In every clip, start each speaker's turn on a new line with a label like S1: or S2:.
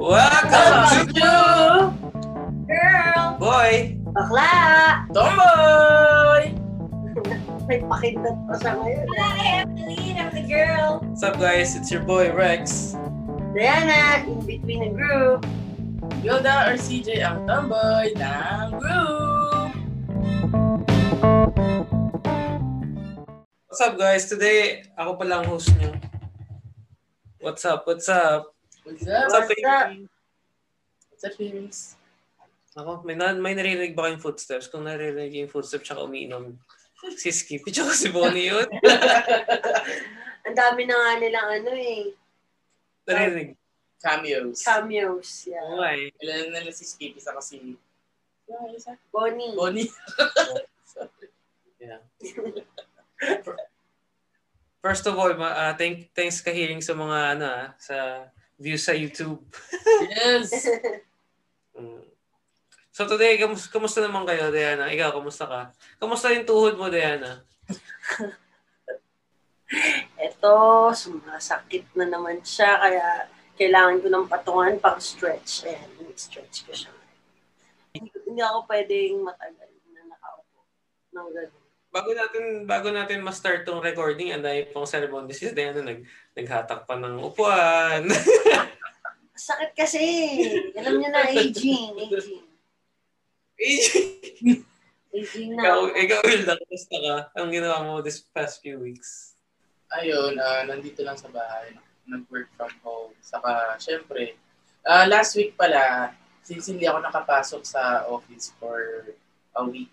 S1: Welcome to
S2: Girl!
S1: Boy
S2: Bakla!
S1: Tomboy!
S2: May pakindat pa siya ngayon. eh. Hi, Emily! I'm the girl!
S1: What's up guys? It's your boy Rex.
S2: Diana, in between the group.
S3: Gilda or CJ ang tomboy ng group.
S1: What's up guys? Today, ako palang host nyo. What's up? What's up?
S3: What's up?
S1: What's up,
S2: What's up?
S1: Ping?
S3: What's up, Felix?
S1: Ako, may, na, may naririnig ba kayong footsteps? Kung naririnig yung footsteps tsaka umiinom, si Skippy tsaka si Bonnie yun.
S2: Ang dami na nga nilang ano eh,
S1: naririnig.
S3: Cameos.
S2: cameos. Yeah.
S1: Oo nga eh.
S3: Ilan na lang si Skippy sa kasi
S2: Bonnie.
S3: Bonnie.
S1: Yeah. First of all, ma- ah, thank, thanks kahiling sa mga ano ah, sa views sa YouTube.
S3: yes.
S1: Mm. So today, kamusta, kamusta naman kayo, Diana? Ikaw, kamusta ka? Kamusta yung tuhod mo, Diana?
S2: Eto, sumasakit na naman siya, kaya kailangan ko ng patungan pang stretch. Ayan, stretch ko siya. Hindi, hindi ako pwedeng matagal na nakaupo. Nang ganun.
S1: Bago natin bago natin ma-start tong recording, ang dami pong ceremony. Si Diana nag naghatak pa ng upuan.
S2: Sakit kasi. Alam niyo na, aging. Aging. Aging na.
S1: ikaw,
S2: ako.
S1: ikaw Hilda, kamusta ka? Ang ginawa mo this past few weeks?
S3: Ayun, ah, nandito lang sa bahay. Nag-work from home. Saka, syempre, ah, last week pala, since hindi ako nakapasok sa office for a week,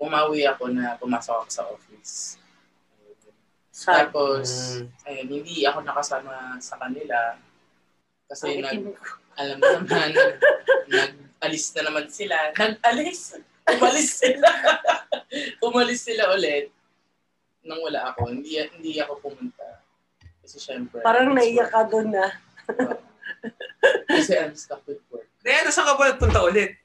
S3: umawi ako na pumasok ako sa office. Ayun.
S2: Sa
S3: Tapos,
S1: Mm.
S3: ayun, hindi ako nakasama sa kanila.
S2: ang
S3: Kasi nag,
S2: itim ko.
S3: alam mo naman, nag-alis na naman sila. Nag-alis! Umalis sila! Umalis sila ulit. Nang wala ako, hindi, hindi ako pumunta. Kasi syempre...
S2: Parang
S3: it's
S2: naiyak
S3: work.
S2: ka doon na.
S3: Oo. Kasi I'm stuck with work.
S1: Diana, saan ka ba nagpunta ulit?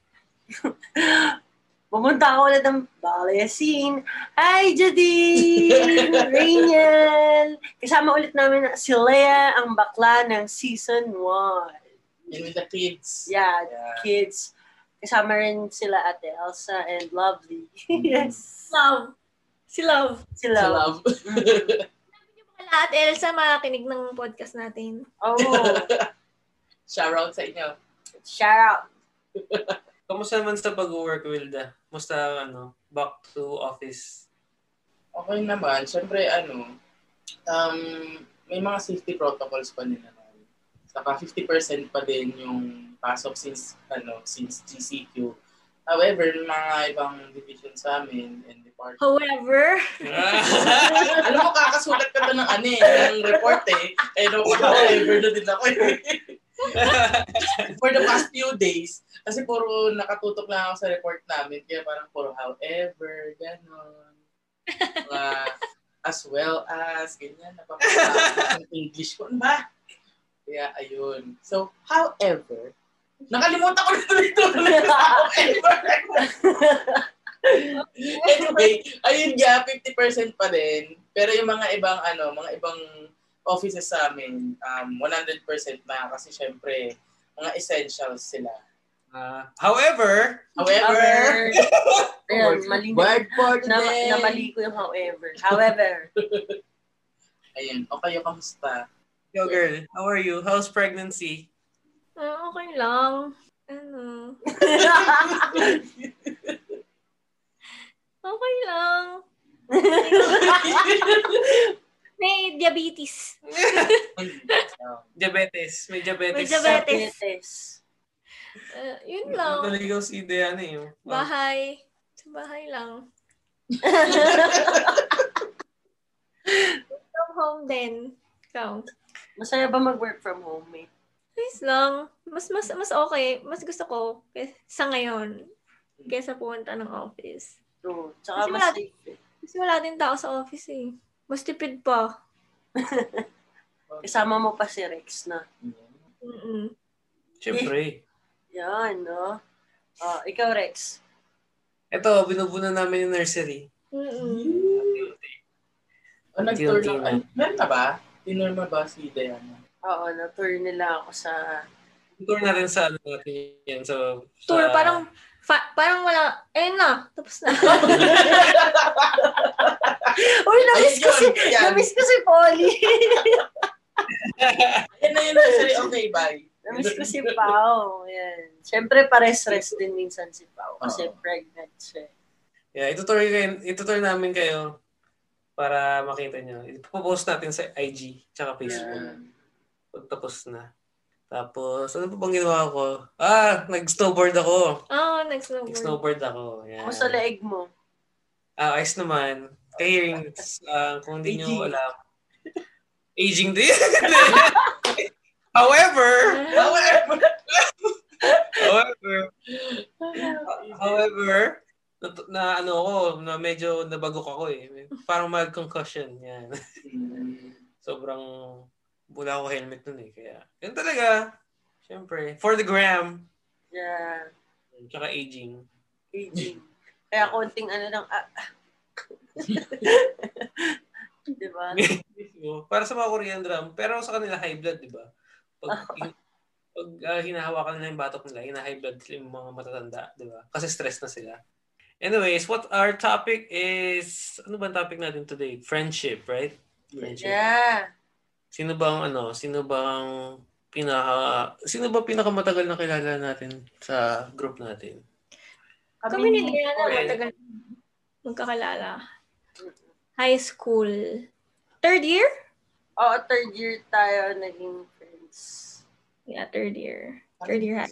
S2: Pumunta ako ulit ng Balesin. Hi, Jadine! Rainiel! Kasama ulit namin na si Lea, ang bakla ng season 1.
S3: And with the kids.
S2: Yeah,
S3: Yeah.
S2: kids. Kasama rin sila Ate Elsa and Lovely. yes.
S4: Love. Si Love.
S2: Mm-hmm. Si
S3: Sa
S2: Love.
S3: love.
S2: Mhm.
S4: Lahat Elsa makinig ng podcast natin.
S2: oh,
S3: Shout out sa inyo.
S2: shout out.
S1: Kamusta naman sa pag-work, Wilda? Kamusta, ano, back to office?
S3: Okay naman. Siyempre, ano, um, may mga safety protocols pa nila naman. Saka 50% pa din yung pasok since, ano, since GCQ. However, yung mga ibang division sa amin and department.
S4: However,
S3: Alam mo, kakasulat ka doon ng ano eh, ng report eh. Kaya nung however na din ako eh. For the past few days, kasi puro nakatutok lang ako sa report namin. Kaya parang puro however, gano'n. Mga as well as, ganyan, napapakita ng English ko. Ano ba? Kaya ayun. So, however, nakalimutan ko na tuloy tuloy sa however. anyway, ayun nga, 50% pa din. Pero yung mga ibang, ano, mga ibang offices sa amin, um, 100% na kasi syempre, mga essentials sila.
S1: Ah, however,
S3: However,
S2: Ayan, mali na.
S3: word for
S2: na,
S3: today.
S2: namali ko yung however. However,
S3: Ayun, o kayo, kamusta?
S1: yo girl, how are you? How's pregnancy?
S4: ah, okay lang. Ano? Okay lang. May diabetes.
S1: Diabetes. May diabetes.
S4: May diabetes.
S2: Diabetes.
S4: Ah, yun lang.
S1: Naligaw si Diana eh. Wow.
S4: Bahay. Sa bahay lang. From home din. Ikaw.
S2: Masaya ba mag-work from home, eh? mate?
S4: Nice lang. Mas, mas, mas okay. Mas gusto ko kay- sa ngayon kesa pumunta ng office.
S2: Oo. Tsaka
S4: Kasi
S2: mas
S4: wala-
S2: safe. eh.
S4: Kasi wala din tao sa office eh. Mas tipid pa.
S2: Kasama mo pa si Rex na.
S4: Mm-mm.
S1: Siyempre.
S2: Yan, no? Oh, ikaw, Rex.
S1: Ito, binubunan namin yung nursery.
S4: Mm-mm.
S3: O, Oh, nag-tour
S1: Unti-unti
S3: na. Meron na ba? Tinur na ba si Diana?
S2: Oo, na-tour nila ako sa
S1: Tour na rin sa ano natin yan. So, sa-
S4: Tour, parang, fa- parang wala, ayun na, tapos na. Uy, namiss ko si,
S3: Ayun, yan.
S4: namiss ko si Polly.
S3: Yan na yun. Actually, okay, bye.
S2: Namiss ko si Pao. Yan. Siyempre, pares-res din minsan si Pao kasi
S3: Oo.
S2: pregnant siya. eh.
S1: Yeah, itutour, kayo, itutour namin kayo para makita nyo. Ipopost natin sa IG tsaka Facebook.
S3: Yan.
S1: Pag tapos na. Tapos, ano pa bang ginawa ko? Ah, nag-snowboard ako.
S4: Oo, oh, nag-snowboard.
S1: Nag-snowboard ako. Yan.
S2: Ako sa leeg mo.
S1: Ah, ice naman. K-rings. Ah, kung hindi nyo
S2: Aging.
S1: alam. Aging din. however,
S3: Ah, However,
S1: however, however, na, na ano ako, na medyo nabagok ako eh. Parang mild concussion. Yan. Sobrang, wala ako helmet nun eh. Kaya, yun talaga. Siyempre. For the gram.
S2: Yeah.
S1: Tsaka aging.
S2: Aging. Kaya konting ano lang, ah, ah. Di ba?
S1: Mismo. Para sa mga Korean drum, pero sa kanila high blood, di ba? Pag, pag ah, hinahawakan nila yung batok nila, hina-high blood sila yung mga matatanda, di ba? Kasi stress na sila. Anyways, what our topic is, ano ba ang topic natin today? Friendship, right? Friendship.
S2: Yeah.
S1: Sino ba ang ano, sino ba ang pinaka, sino ba pinakamatagal na kilala natin sa group natin?
S4: Kami ni Diana,
S1: Polly.
S4: matagal magkakalala. High school. Third year?
S2: Oo, third year tayo naging friends.
S4: Yeah, third year. Third year high.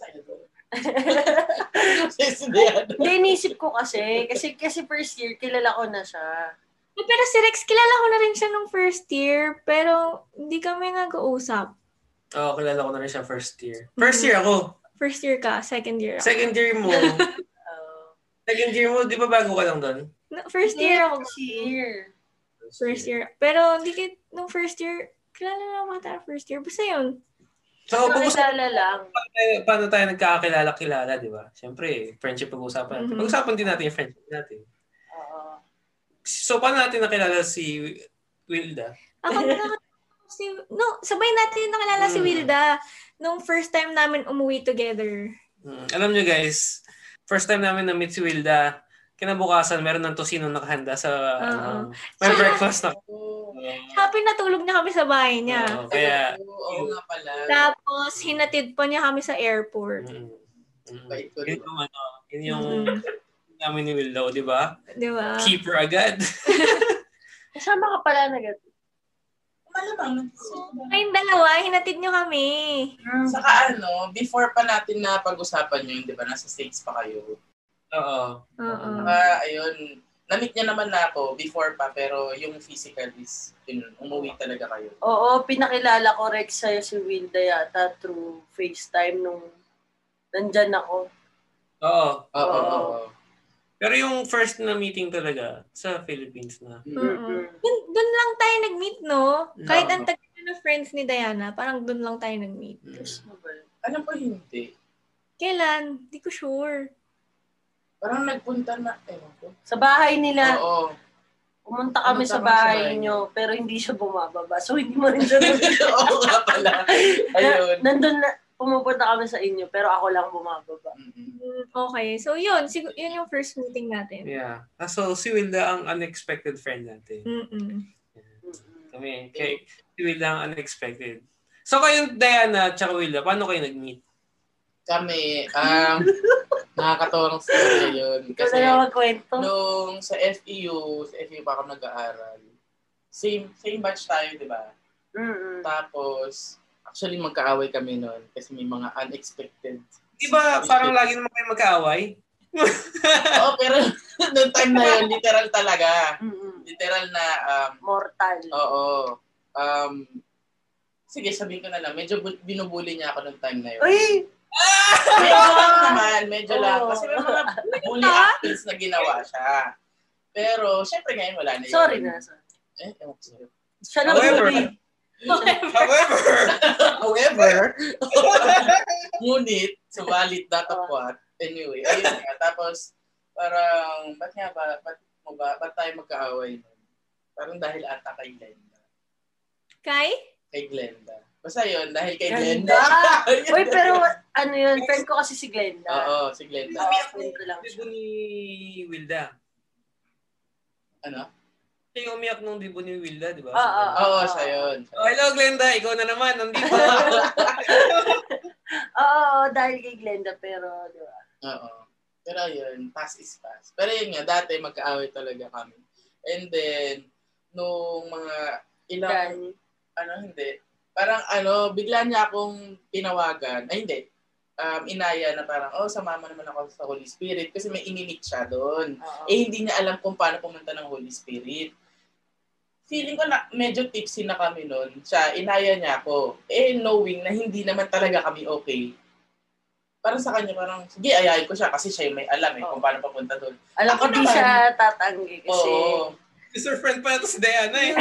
S3: Yes, yan.
S2: Hindi, inisip ko kasi. Kasi kasi first year, kilala ko na siya.
S4: Eh, Pero si Rex, kilala ko na rin siya nung first year, pero hindi kami nag-uusap.
S1: Oo, kilala ko na rin siya first year.
S4: Mm-hmm.
S1: First year ako.
S4: First year ka, second year ako.
S1: Second year mo.
S2: Uh,
S1: Second year mo, di ba bago ka lang doon?
S4: No, first year ako.
S2: First year.
S4: First year. Pero hindi kit nung first year, kilala na ako ata first year. Basta yun.
S1: So,
S2: Sa
S1: pag
S2: kilala lang.
S1: eh, paano tayo nagkakakilala-kilala, di ba? Siyempre, friendship pag-uusapan natin.
S4: Mhm.
S1: Pag-usapan din natin yung friendship natin.
S2: Oo.
S1: So, paano natin nakilala si Wilda?
S4: Ako na si... No, sabay natin nakilala si
S1: Mm.
S4: Wilda nung first time namin umuwi together.
S1: Hmm, Alam nyo guys, first time namin na-meet si Wilda, kinabukasan, meron ng tosino nakahanda sa ano, may
S4: Siya-
S1: breakfast na.
S3: Oo.
S4: Happy natulog na kami sa bahay niya.
S1: Oo, kaya,
S3: Oo nga pala.
S4: Tapos, hinatid pa niya kami sa airport.
S1: mm, mm.
S3: Bait ko
S1: yun
S3: rin.
S1: yung ano, yun yung
S4: Mm.
S1: namin ni Wilda, o, di ba?
S4: Di ba?
S1: Keeper agad.
S2: Kasama ka pala na gato.
S3: Malamang.
S4: Kayong dalawa, hinatid niyo kami.
S3: Saka ano, before pa natin na pag-usapan yun, di ba, nasa States pa kayo.
S1: Oo.
S4: Oo.
S1: Mm.
S3: Saka, ayun, na-meet niya naman na ako before pa, pero yung physical is, yun, umuwi talaga kayo.
S2: Oo, pinakilala ko Rex sa'yo si Wilda yata through FaceTime nung nandyan ako.
S1: Oo.
S3: Oo, oo,
S2: Oo.
S3: oo.
S1: Pero yung first na meeting talaga sa Philippines na.
S3: Mm.
S4: Dun, dun lang tayo nag-meet, no? Kahit
S3: Oo.
S4: ang tagal na na friends ni Diana, parang dun lang tayo nag-meet.
S1: Mm.
S2: Yes, mo ba?
S3: Alam ko hindi.
S4: Kailan? Di ko sure.
S3: Parang nagpunta na, ewan ko.
S2: Sa bahay nila,
S3: Oo.
S2: pumunta kami sa
S3: Pumunta kami sa
S2: bahay
S3: bahay
S2: niyo, pero hindi siya bumababa. So, hindi mo rin siya nandun.
S3: Oo nga pala. Ayun.
S2: nandun na, pumupunta kami sa inyo, pero ako lang bumababa.
S3: Mm-mm.
S4: Mm, Okay, so yun. Sig- yun yung first meeting natin.
S1: Yeah. Ah, So, si Wilda ang unexpected friend natin.
S4: Mm-mm.
S2: Mm-mm.
S1: Kami, kay, si Wilda ang unexpected. So, kayong Diana at saka Wilda, paano kayo nag-meet?
S3: Kami, um, nakakatawang story yun.
S2: Ikaw
S3: Kasi,
S2: na lang magkwento.
S3: nung sa FEU, sa FEU pa ako nag-aaral, same, same batch tayo, di ba?
S2: Mm-mm.
S3: Tapos, actually magkaaway kami noon kasi may mga unexpected.
S1: Di ba parang lagi naman kayo magkaaway?
S3: Oo, pero noong time na yun, literal talaga.
S2: Mm-mm.
S3: Literal na, um,
S2: Mortal.
S3: oo. Um, sige, sabihin ko na lang, medyo bu- binubuli niya ako noong time na yun.
S2: Uy!
S3: Medyo lang naman, medyo lang.
S2: Oo.
S3: Kasi may mga bully actions na ginawa siya. Pero, syempre ngayon wala na yun.
S2: Sorry na. sorry.
S3: Eh, ewan ko sa'yo.
S2: Siya na
S1: However-
S2: bully.
S1: However,
S3: However, ngunit, subalit, datapwat. Anyway, ayun nga. Tapos, parang, ba't nga ba, ba't, mo ba, ba't tayo magkaaway nun? Parang dahil ata kay Glenda.
S4: Kai?
S3: Kay Glenda. Basta yun, dahil kay
S2: Glenda!
S3: Glenda.
S2: Uy, pero ano yun, friend ko kasi si Glenda.
S3: Oo, si Glenda.
S2: Sabi ako, friend ko lang
S1: Dibo
S2: siya.
S1: ni Wilda.
S3: Ano?
S1: Siya yung umiyak nung dibo ni Wilda, di ba?
S2: Ah, ah, ah.
S3: Oo, siya yun.
S1: Oh, hello, Glenda. Ikaw na naman. Nandito.
S2: Oo, dahil kay Glenda, pero di ba?
S3: Oo. Pero yun, pass is pass. Pero yun nga, dati magkaaway talaga kami. And then, nung mga ilang,
S2: Dahil,
S3: ano, hindi. Parang ano, bigla niya akong tinawagan. Ay, hindi. Um, inaya na parang, oh, sumama naman ako sa Holy Spirit kasi may inimik siya doon.
S2: oo.
S3: Eh, hindi niya alam kung paano pumunta ng Holy Spirit. Feeling ko na medyo tipsy na kami noon. Siya, inaya niya ako. Eh, knowing na hindi naman talaga kami okay. Parang sa kanya, parang, sige, ayayin ko siya kasi siya yung may alam eh, kung paano papunta doon.
S2: Alam ko
S3: Ako
S2: di
S3: naman.
S2: siya tatanggi kasi.
S3: Oo.
S1: Sir friend pa na to si Diana eh.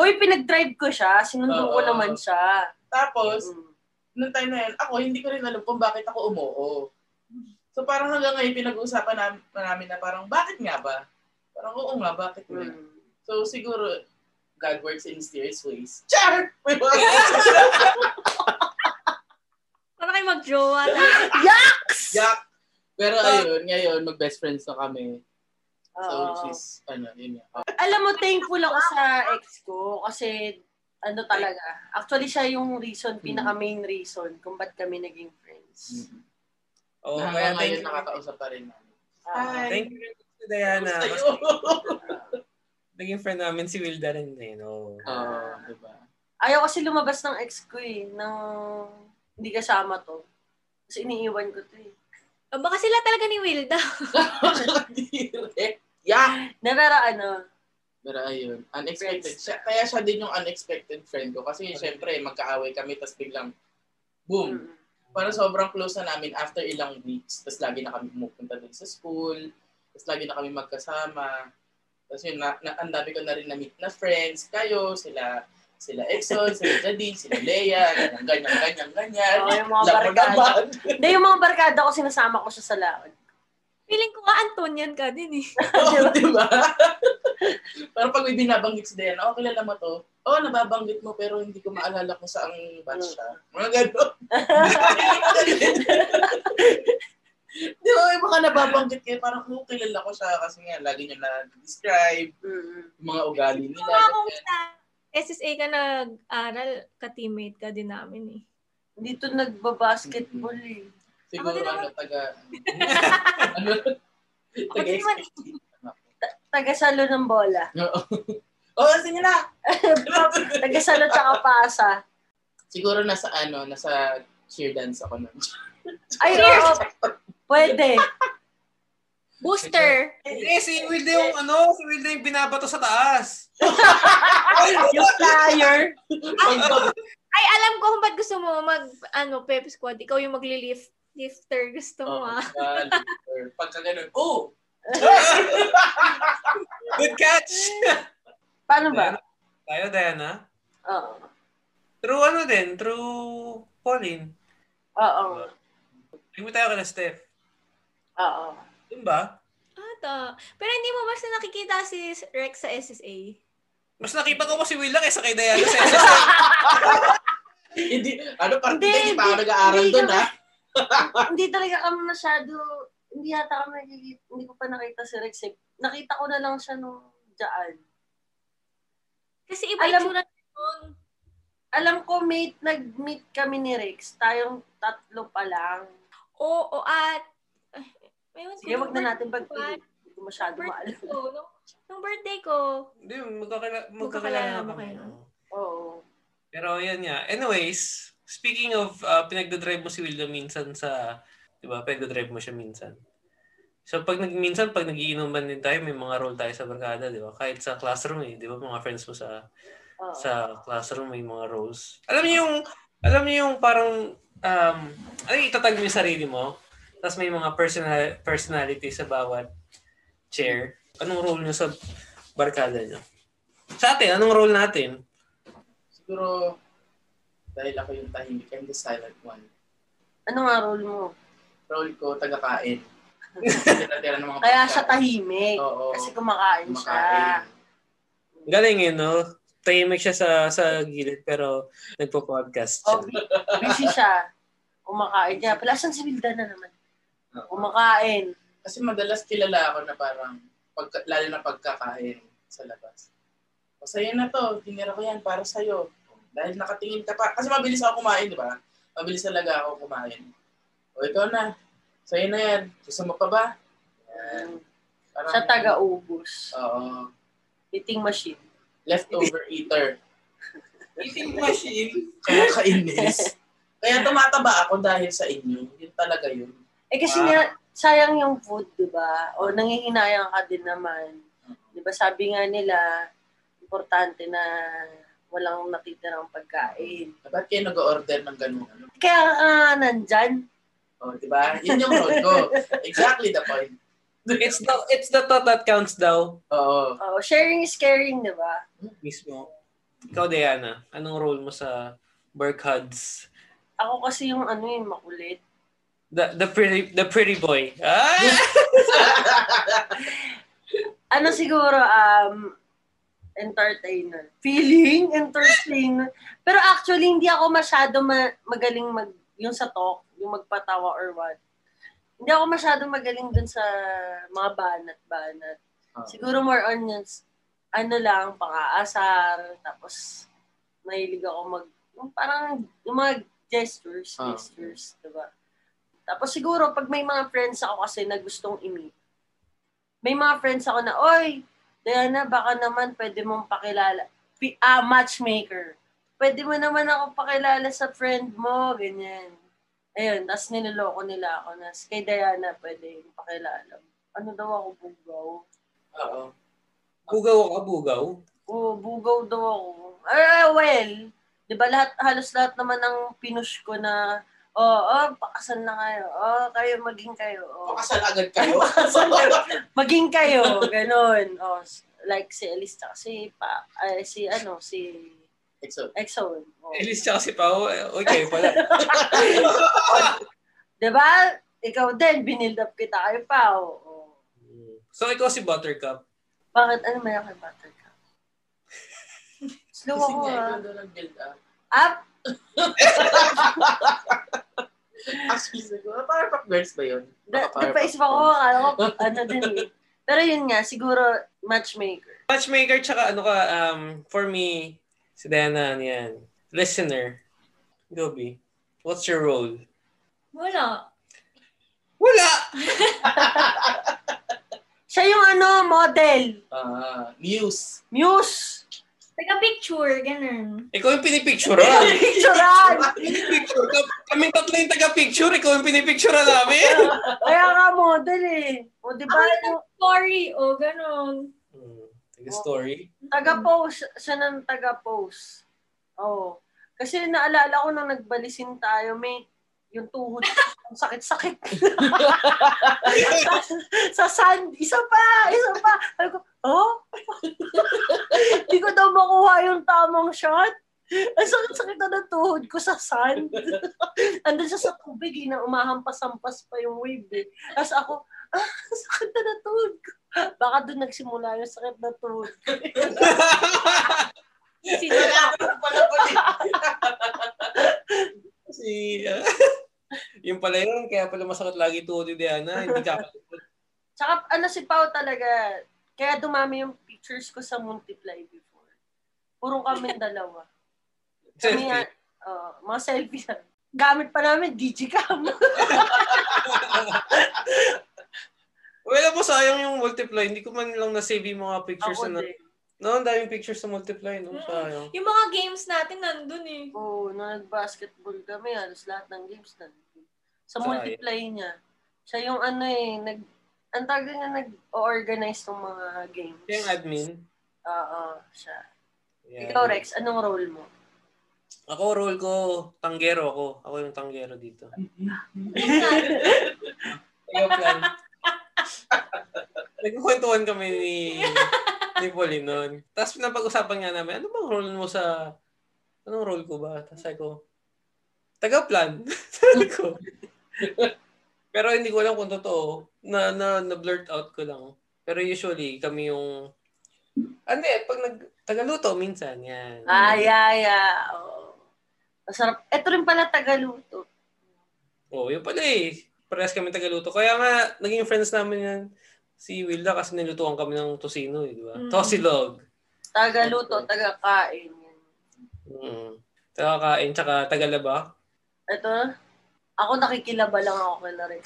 S2: Uy, pinag-drive ko siya. Sinundo ko
S3: Oo.
S2: naman siya.
S3: Tapos,
S2: Mm.
S3: nung time na yun, ako hindi ko rin alam kung bakit ako umuo. So parang hanggang ngayon pinag-uusapan nam- namin na parang bakit nga ba? Parang oo nga, bakit nga?
S2: Mm.
S3: So siguro, God works in mysterious ways. Char! May mga
S4: Para kayo mag-jowa.
S3: yak! Pero ayun, ngayon, mag-best friends na kami. So
S2: Oo.
S3: which is, ano, yun nga.
S2: Alam mo, thankful ako sa ex ko kasi ano talaga. Actually, siya yung reason, pinaka-main reason kung ba't kami naging friends.
S3: Mm.
S1: Oh, kaya
S3: Na hanggang
S1: thank
S3: ngayon
S1: you.
S3: nakakausap pa rin namin.
S2: Ah,
S3: Hi.
S1: Thank you rin si Diana.
S3: Gusto
S1: Mas,
S3: yun.
S1: naging friend namin si Wilda rin din. Oh.
S3: Oo, diba?
S2: ayaw kasi lumabas ng ex ko eh, ng hindi kasama to. Kasi iniiwan ko to eh.
S4: O, baka sila talaga ni Wilda.
S3: Direct. Yak!
S2: Na pero ano,
S3: Pero ayun, unexpected.
S2: Friends.
S3: Siya, kaya siya din yung unexpected friend ko. Kasi syempre, magkaaway kami, tapos biglang, boom.
S2: mm,
S3: Parang sobrang close na namin after ilang weeks. Tapos lagi na kami pumupunta din sa school. Tapos lagi na kami magkasama. Tapos yun, na, na, ang dami ko na rin na-meet na friends. Kayo, sila, sila Exxon, sila Jadine, sila Lea, ganyan, ganyan, ganyan, ganyan.
S2: Oo, oh, yung mga
S3: Labo
S2: barkada.
S3: naman.
S2: Hindi, yung mga barkada ko, sinasama ko siya sa laon.
S4: Feeling ko nga Antonian ka din eh.
S3: Oo, di ba? Parang Oh, diba? pag may binabanggit si Diana, oh, kilala mo to. Oh, nababanggit mo pero hindi ko maalala kung saan batch siya. Mga gano'n. Di ba, yung mga nababanggit kayo, parang, oh, kilala ko siya kasi nga, lagi niya na-describe
S2: Mm.
S3: yung mga ugali nila.
S4: Mga kung
S3: ganyan.
S4: sa SSA ka nag-aral, ka-teammate ka din namin eh.
S2: Hindi to nagbabasketball eh.
S3: Siguro,
S4: Ako din
S3: ano, taga, ano,
S4: Ako din naman,
S2: Tagasalo ng bola.
S3: Oo. Oo, sige na!
S2: Tagasalo tsaka pasa.
S3: Siguro nasa, ano, nasa cheer dance ako nun.
S2: Ay, oo. Pwede.
S4: booster.
S1: Hindi, si Wilda yung ano, si Wilda yung binabato sa taas.
S2: Yung flyer.
S4: Ay, alam ko kung ba't gusto mo mag, ano, pep squad. Ikaw yung magli-lift. Lifter gusto mo ah.
S3: Pagka ganun, oh!
S1: Good catch!
S2: Paano ba?
S1: Diba? Tayo, Diana.
S2: Oo.
S1: Through ano din? Through Pauline.
S2: Oo.
S1: Hindi mo tayo kala Steph.
S2: Oo.
S1: Yun ba?
S4: Ata. Ah, Pero hindi mo basta nakikita si Rex sa SSA.
S1: Mas nakita ko pa si Wilda kaysa kay Diana sa SSA.
S3: Hindi, ano, parang
S2: Hindi,
S3: hindi, hindi pa ako
S2: hindi,
S3: nag-aaral ah.
S2: hindi
S3: doon,
S2: naman.
S3: ha?
S2: hindi talaga kami masyado, hindi yata kami nakikita, hindi ko pa nakita si Rex. eh. Nakita ko na lang siya nung dyan.
S4: Kasi iba
S2: Alam-
S4: yung tsura niya noon.
S2: Alam ko, mate, nag-meet kami ni Rex. Tayong tatlo pa lang.
S4: Oo, at... Ay, ewan ko,
S2: Sige, wag na
S4: nung
S2: natin pag Hindi ko masyado
S4: birthday
S2: maalam.
S4: ko, nung, nung birthday ko,
S1: Hindi, magkakala,
S4: Magkakilala
S1: magkakilala
S4: mo
S1: kami.
S4: kayo.
S1: no?
S2: Oo.
S1: Pero yan nga. Anyways, speaking of uh, pinagdadrive mo si Wilda minsan sa, di ba, pinagdadrive mo siya minsan. So pag nag, minsan, pag nagiinuman din tayo, may mga role tayo sa barkada, di ba? Kahit sa classroom eh, di ba? Mga friends mo sa
S2: Oo.
S1: sa classroom may mga roles. Alam niyo yung alam niyo yung parang um ano yung itatag mo yung sarili mo tapos may mga personal personality sa bawat chair. Anong role niyo sa barkada niyo? Sa atin, anong role natin?
S3: Siguro, dahil ako yung tahimik, I'm the silent one.
S2: Ano nga role mo?
S3: Role ko, taga-kain. Tira-tira ng mga
S2: Kaya
S3: pagkain.
S2: siya tahimik.
S3: Oo,
S2: Kasi kumakain siya.
S3: kumakain.
S1: Galing yun, no? tahimik siya sa sa gilid pero nagpo-podcast siya.
S2: Oh, busy siya. Kumakain niya. Pala, saan si Wilda na naman? Kumakain.
S3: Kasi madalas kilala ako na parang, pagka, lalo na pagkakain sa labas. O sa'yo na to, tinira ko yan para sa'yo. Dahil nakatingin ka pa. Kasi mabilis ako kumain, di ba? Mabilis talaga ako kumain. O ikaw na. Sa'yo na yan. Gusto mo pa ba? Yan. Parang,
S2: Siya taga-ubos.
S3: Oo.
S2: Eating machine.
S3: Leftover eater.
S5: Eating machine.
S3: Kaya kainis. Kaya tumataba ako dahil sa inyo. Yun talaga yun.
S2: Eh kasi
S3: Ah.
S2: nga, sayang yung food, di ba? O nangihinayang ka din naman. Di ba sabi nga nila, importante na walang natitirang pagkain.
S3: Ba't kayo nag-order ng ganun? Ano?
S2: Kaya ah, nandyan.
S3: O, Oh, di ba? Yun yung road ko. Exactly the point.
S1: It's the it's the thought that counts daw
S3: Oo.
S2: Oh, sharing is caring, di ba?
S1: mismo. Ikaw Diana, anong role mo sa Burkhards?
S2: Ako kasi yung ano yung makulit.
S1: The the pretty the pretty boy. Ah!
S2: Ano siguro, um, entertainer. Feeling entertainer. Pero actually, hindi ako masyado ma- magaling mag, yung sa talk, yung magpatawa or what. Hindi ako masyado magaling dun sa mga banat-banat. Siguro more on yun, s- ano lang, pang-aasar, tapos mahilig ako mag, yung parang, yung mga gestures,
S3: Ah.
S2: gestures, diba? Tapos siguro, pag may mga friends ako kasi na gustong i-meet, may mga friends ako na, oy, Diana, baka naman pwede mong pakilala. P- ah, matchmaker. Pwede mo naman ako pakilala sa friend mo, ganyan. Ayun, tapos niloloko nila ako na, kay Diana, pwede yung pakilala. Ano daw ako, bugaw?
S3: Oo.
S1: Bugaw ka, bugaw.
S2: Oo, bugaw daw ako. Eh, well, di ba lahat, halos lahat naman ng pinush ko na, oh, oh, pakasal na kayo. Oh, kayo, maging kayo. Oh.
S3: Pakasal agad kayo.
S2: Maging kayo, ganun. Oh, s- like si Elise, tsaka si, pa, ay, si, ano, si
S3: Exo.
S2: Exxon. Oh.
S1: At least siya kasi pa eh, okay pala.
S2: Di ba? Ikaw din, binild up kita kayo pa. Oh. oh.
S1: So ikaw si Buttercup.
S2: Bakit? Ano meron kay Buttercup? Slow
S3: Kasi
S2: ako,
S3: nga, ano eh.
S2: ah.
S3: ikaw doon nag-build up.
S2: Up!
S3: Actually, siguro, parang pop girls ba yun?
S2: Da,
S3: Baka parang
S2: napaisip ako,
S3: pop girls.
S2: akala ko, ano din eh. Pero yun nga, siguro, matchmaker.
S1: Matchmaker tsaka ano ka, um, for me, si Diana, ano yan. Listener. Gobi, what's your role?
S4: Wala.
S1: Wala!
S2: Siya yung ano, model.
S3: Ah, news.
S2: Muse.
S4: Taga-picture, ganun.
S1: Ikaw yung pinipicturean.
S2: Picturean.
S1: Pinipicture ka. Kaming tatlo yung taga-picture. Ikaw yung pinipicturean namin.
S2: Kaya ka model eh. O di ba,
S4: Ako
S2: ano,
S4: Sorry, oh, o ganun.
S1: Hmm, Taga story.
S2: taga-pose. Siya ng taga-pose. Oo. Kasi naalala ko nung nagbalisin tayo, may yung tuhod. Ang sakit-sakit. sa, sa sand. Isa pa! Isa pa! Sabi ko, oh? Hindi ko daw makuha yung tamang shot. Ang sakit-sakit na ng tuhod ko sa sand. Andun siya sa tubig, eh, na umahampas-hampas pa yung wave. Eh. Tapos ako, ah, ang sakit na ng tuhod ko. Baka doon nagsimula yung sakit na tuhod.
S4: Si
S3: Wala ka pala pala.
S1: si, ah, yung pala yun. Kaya pala masakit lagi tuhod ni Diana. Hindi ka
S2: Tsaka ano si Pau talaga, kaya dumami yung pictures ko sa Multiply before. Puro kami dalawa. Kami
S1: Selfie.
S2: nga- oo, mga selfie na. Gamit pa namin, Digicam.
S1: Well, ako sayang yung multiply. Hindi ko man lang na-save yung mga pictures
S2: Ako
S1: na...
S2: din.
S1: No, ang daming pictures sa multiply. No,
S4: Mm.
S1: sayang.
S4: Yung mga games natin nandun eh.
S2: Oo, nung nag-basketball kami, halos lahat ng games na. Sa
S1: Sayang.
S2: Multiply niya. Siya yung ano eh, nag, ang tagal niya nag-organize ng mga games.
S1: Siya yung admin.
S2: Oo, siya.
S1: Ayan.
S2: Ikaw, Rex, anong role mo?
S1: Ako, role ko, tanggero ako. Ako yung tanggero dito. Kaya plan. Nagkukwentuhan kami ni ni Pauline noon. Tapos napag-usapan nga namin, ano bang role mo sa... Anong role ko ba? Tapos sabi ko, taga-plan. sabi ko. Pero hindi ko alam kung totoo. Na, na, na blurt out ko lang. Pero usually, kami yung Hindi, pag nag tagaluto minsan, yan.
S2: Ah, yeah, yeah. Oo. Masarap. Ito rin pala Tagaluto.
S1: Oo, yun pala eh. Parehas kami tagaluto. Kaya nga, naging friends namin yan si Wilda kasi nilutuan kami ng tosino eh, di ba?
S4: Mm.
S1: Tosilog.
S2: Tagaluto, tagakain.
S1: Mm. Tsaka kain, tsaka tagalaba.
S2: Ito, ako nakikilaba lang ako kay Rex.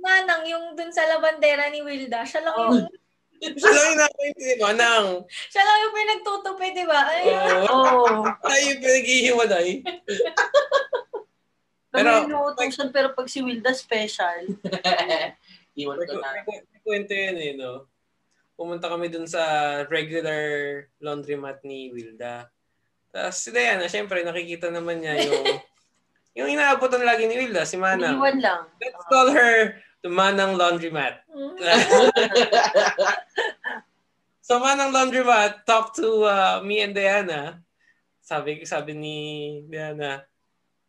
S4: Manang, yung dun sa labandera ni Wilda, siya lang
S2: Oh.
S4: yung,
S1: Siya lang yung nakaintindi mo, anang.
S4: siya lang yung pinagtutupi, di ba? Ay,
S1: Oo.
S2: Oo.
S1: Tayo yung pinaghihiwalay.
S2: Pero,
S1: Pero-
S2: minuutong siya, pero pag si Wilda special.
S3: Iwan ko na.
S1: May ku- may kwento yan eh, no? Pumunta kami dun sa regular laundromat ni Wilda. Tapos si Diana, syempre, nakikita naman niya yung yung inaabutan lagi ni Wilda, si Manang.
S2: Iniwan lang.
S1: Let's call her the Manang Laundromat.
S4: mm.
S1: so Manang Laundromat, talk to uh, me and Diana. Sabi sabi ni Diana,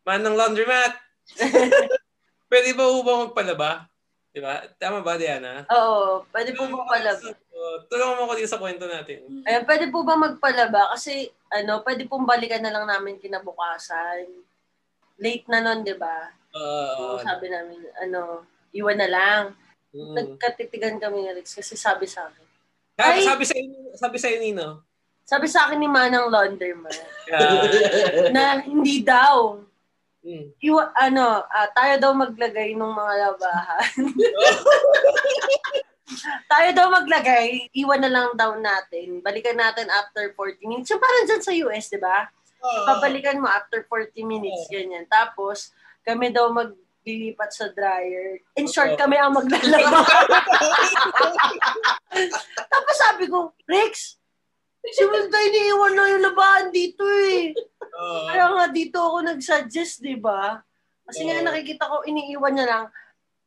S1: Manang Laundromat, pwede ba ubang magpalaba? Diba? Tama ba, Diana?
S2: Oo, pwede po
S1: Tulungan mo
S2: ba
S1: ako
S2: palaba?
S1: sa- oh, Tulungan mo ko dito sa kwento natin.
S2: Ayan, pwede po ba magpalaba? Kasi, ano, pwede pong balikan na lang namin kinabukasan. Late na nun, di ba?
S1: Uh,
S2: Oo, sabi namin, ano, iwan na lang.
S1: mm.
S2: Nagkatitigan kami ni Rex kasi sabi sa akin.
S1: sabi,
S2: Ay!
S1: sabi sa inyo, sabi sa inyo, Nino.
S2: Sabi sa akin ni Manang Laundryman
S1: Yeah.
S2: na hindi daw.
S1: Mm.
S2: Iwa, ano, ah, tayo daw maglagay ng mga labahan. tayo daw maglagay, iwan na lang daw natin. Balikan natin after 40 minutes. Yung parang dyan sa US, di ba? Pabalikan mo after 40 minutes, ganyan. Tapos, kami daw maglilipat sa dryer. In
S1: Oo.
S2: short, kami ang maglalaba. Tapos sabi ko, Rex, si Wilda iniiwan na yung labahan dito eh.
S1: Oo.
S2: Kaya nga dito ako nag-suggest, di ba? Kasi nga
S1: Oo.
S2: nakikita ko, iniiwan niya lang,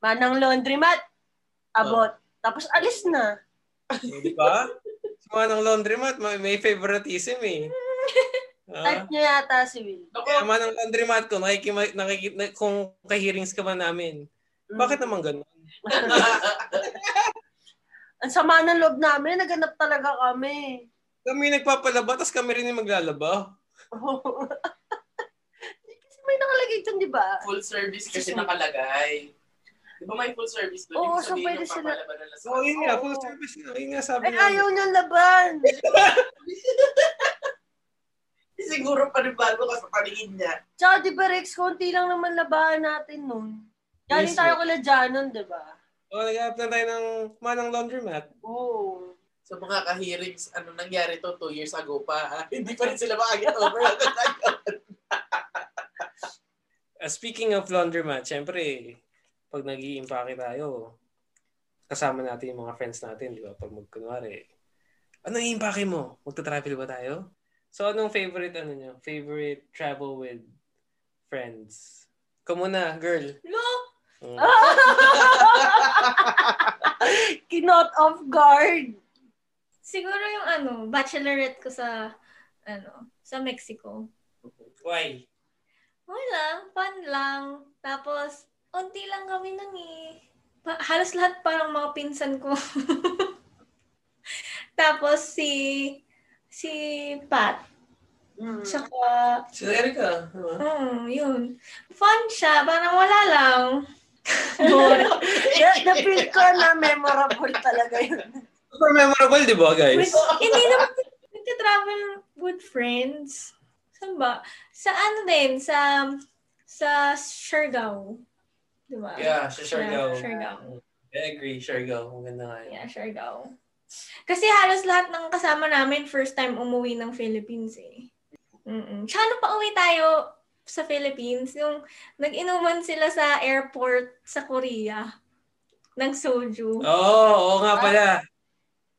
S2: manang laundromat, abot. Tapos alis na.
S1: Oh, Di ba? Mga ng laundromat, may, may favoritism eh. Ah.
S2: Type niya yata si Will.
S1: Kaya man ng laundromat ko, nakikima, nakikita, na- kung kahirings ka ba namin.
S2: Mm.
S1: Bakit naman ganun?
S2: Ang sama ng loob namin, naganap talaga kami.
S1: Kami yung nagpapalaba, tapos kami rin yung maglalaba.
S2: Kasi Eh, may nakalagay dyan, di ba?
S3: full service kasi nakalagay. Di ba may full service doon?
S2: Oo,
S3: Ibig
S2: so
S3: sabihin
S2: pwede
S3: yung
S2: sila-
S3: papalaban na
S1: So, Oh, yun nga, full
S2: Oo.
S1: service na. Yun nga sabi
S2: Ay,
S1: namin.
S2: ayaw niyang laban.
S3: Siguro panibago ka sa paningin niya.
S2: Tsaka di ba, Rex, konti lang naman labahan natin nun. Galing
S1: Yes,
S2: tayo kala Janon, di ba?
S1: Oh, nag-aap na tayo ng manang laundromat.
S2: Oo.
S3: Sa mga kahirings, ano nangyari to two years ago pa. ha? Hindi pa rin sila makaget over.
S1: Uh, speaking of laundromat, syempre, pag nag iimpake tayo, kasama natin yung mga friends natin, di ba? Pag magkunwari, ano iimpake mo? Magta-travel ba tayo? So, anong favorite, ano nyo? Favorite travel with friends? Ikaw muna, girl.
S4: Lo,
S1: Mm.
S4: Ah!
S2: Kinot off guard.
S4: siguro yung ano, bachelorette ko sa, ano, sa Mexico.
S1: Why?
S4: Wala, fun lang. Tapos, unti lang kami nang eh. Pa- halos lahat parang mga pinsan ko. Tapos si si Pat.
S1: Hmm.
S2: Mm.
S4: Tsaka,
S1: Si Erica. di ba?
S4: mm, yun. Fun siya, parang wala lang.
S2: Na- Na-feel ko na memorable talaga yun.
S1: Super memorable, di ba, guys?
S4: With, hindi naman nagka-travel with friends. Saan ba? Sa ano din? Sa sa Siargao. Di ba?
S1: Yeah, si Siargao.
S4: Yeah, Siargao.
S1: I agree, Siargao. Maganda nga yun.
S4: Yeah, Siargao. Kasi halos lahat ng kasama namin first time umuwi ng Philippines eh. Mm-mm. Tsaka nung pauwi tayo sa Philippines, yung nag-inuman sila sa airport sa Korea ng soju.
S1: Oo, oo nga
S4: Ah.
S1: pala.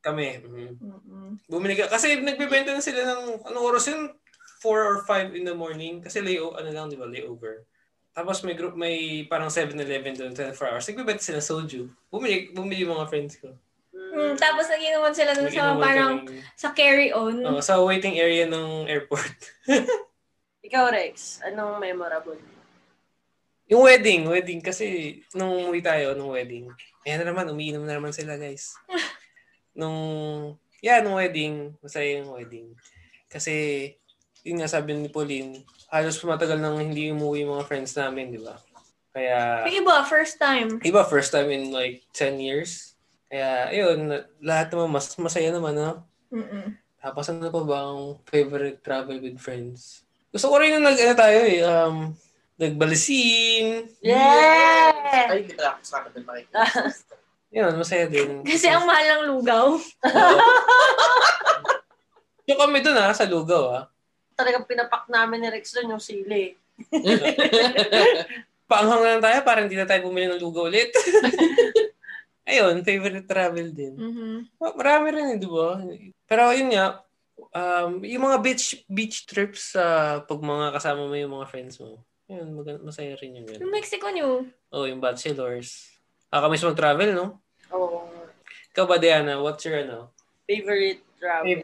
S1: Kami. mhm.
S4: Mm-mm.
S1: Bumili ka. Kasi nagbebenta na sila ng, anong oras yun? 4 or 5 in the morning. Kasi layo, ano lang, di ba, layover. Tapos may group, may parang 7-Eleven doon, 24 hours. Nagbebenta sila soju. Bumili, bumili yung mga friends ko.
S4: Mm, tapos nag-inuman sila dun sa
S1: Nag-inuman
S4: Ano, parang
S1: kami.
S4: sa carry-on.
S1: Oo, sa waiting area ng airport.
S2: Ikaw, Rex, anong memorable?
S1: yung wedding, wedding. Kasi nung umuwi tayo, nung wedding. Ayan na naman, umiinom na naman sila, guys. nung, yeah, nung wedding, masaya yung wedding. Kasi, yun nga sabi ni Pauline, halos matagal nang hindi umuwi yung mga friends namin, di ba? Kaya,
S4: Yung iba, first time.
S1: iba first time in like 10 years. Kaya, yun, lahat naman mas masaya naman, no?
S4: Mm-mm.
S1: Tapos ano pa ba ang favorite travel with friends? Gusto ko rin yung nag, ano tayo eh, um, nagbalisin.
S2: Yeah!
S3: Ay, hindi pala ako sa akin pa
S1: Yun, masaya din.
S4: Kasi ang mahal ng lugaw.
S1: Oo. Yung kami dun ah, sa Lugaw ah.
S2: Talagang pinapak namin ni Rex doon yung sili.
S1: Paanghang na lang tayo para hindi na tayo bumili ng Lugaw ulit. Ayun, favorite travel din.
S4: Mhm.
S1: Ma- Marami rin, eh, di ba? Pero yun nga, um, yung mga beach beach trips sa pag mga kasama mo yung mga friends mo. Yun, mag- masaya rin yung yun.
S4: Yung Mexico nyo.
S1: Oh, yung bachelors. Ah, kami sa mag-travel, no?
S2: Oh,
S1: Ikaw ba, Diana? What's your, ano?
S2: favorite travel.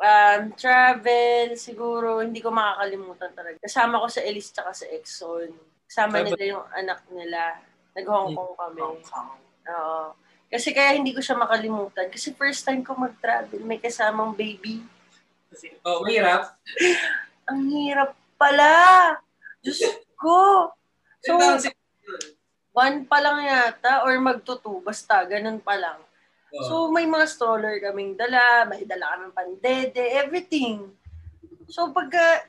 S2: Um, travel, siguro, hindi ko makakalimutan talaga. Kasama ko sa Elise tsaka sa Exxon. Kasama
S1: Travel.
S2: nila yung anak nila. Nag-Hong
S1: Hmm.
S2: Kong kami. Oo. Kasi kaya hindi ko siya makalimutan. Kasi first time ko mag-travel, may kasamang baby.
S1: Oh, mahirap.
S2: Ang hirap pala! Diyos ko! So, one pa lang yata or magtutu, basta ganun pa lang. So, may mga stroller kaming dala, may dala kami pandede, everything. So, pagka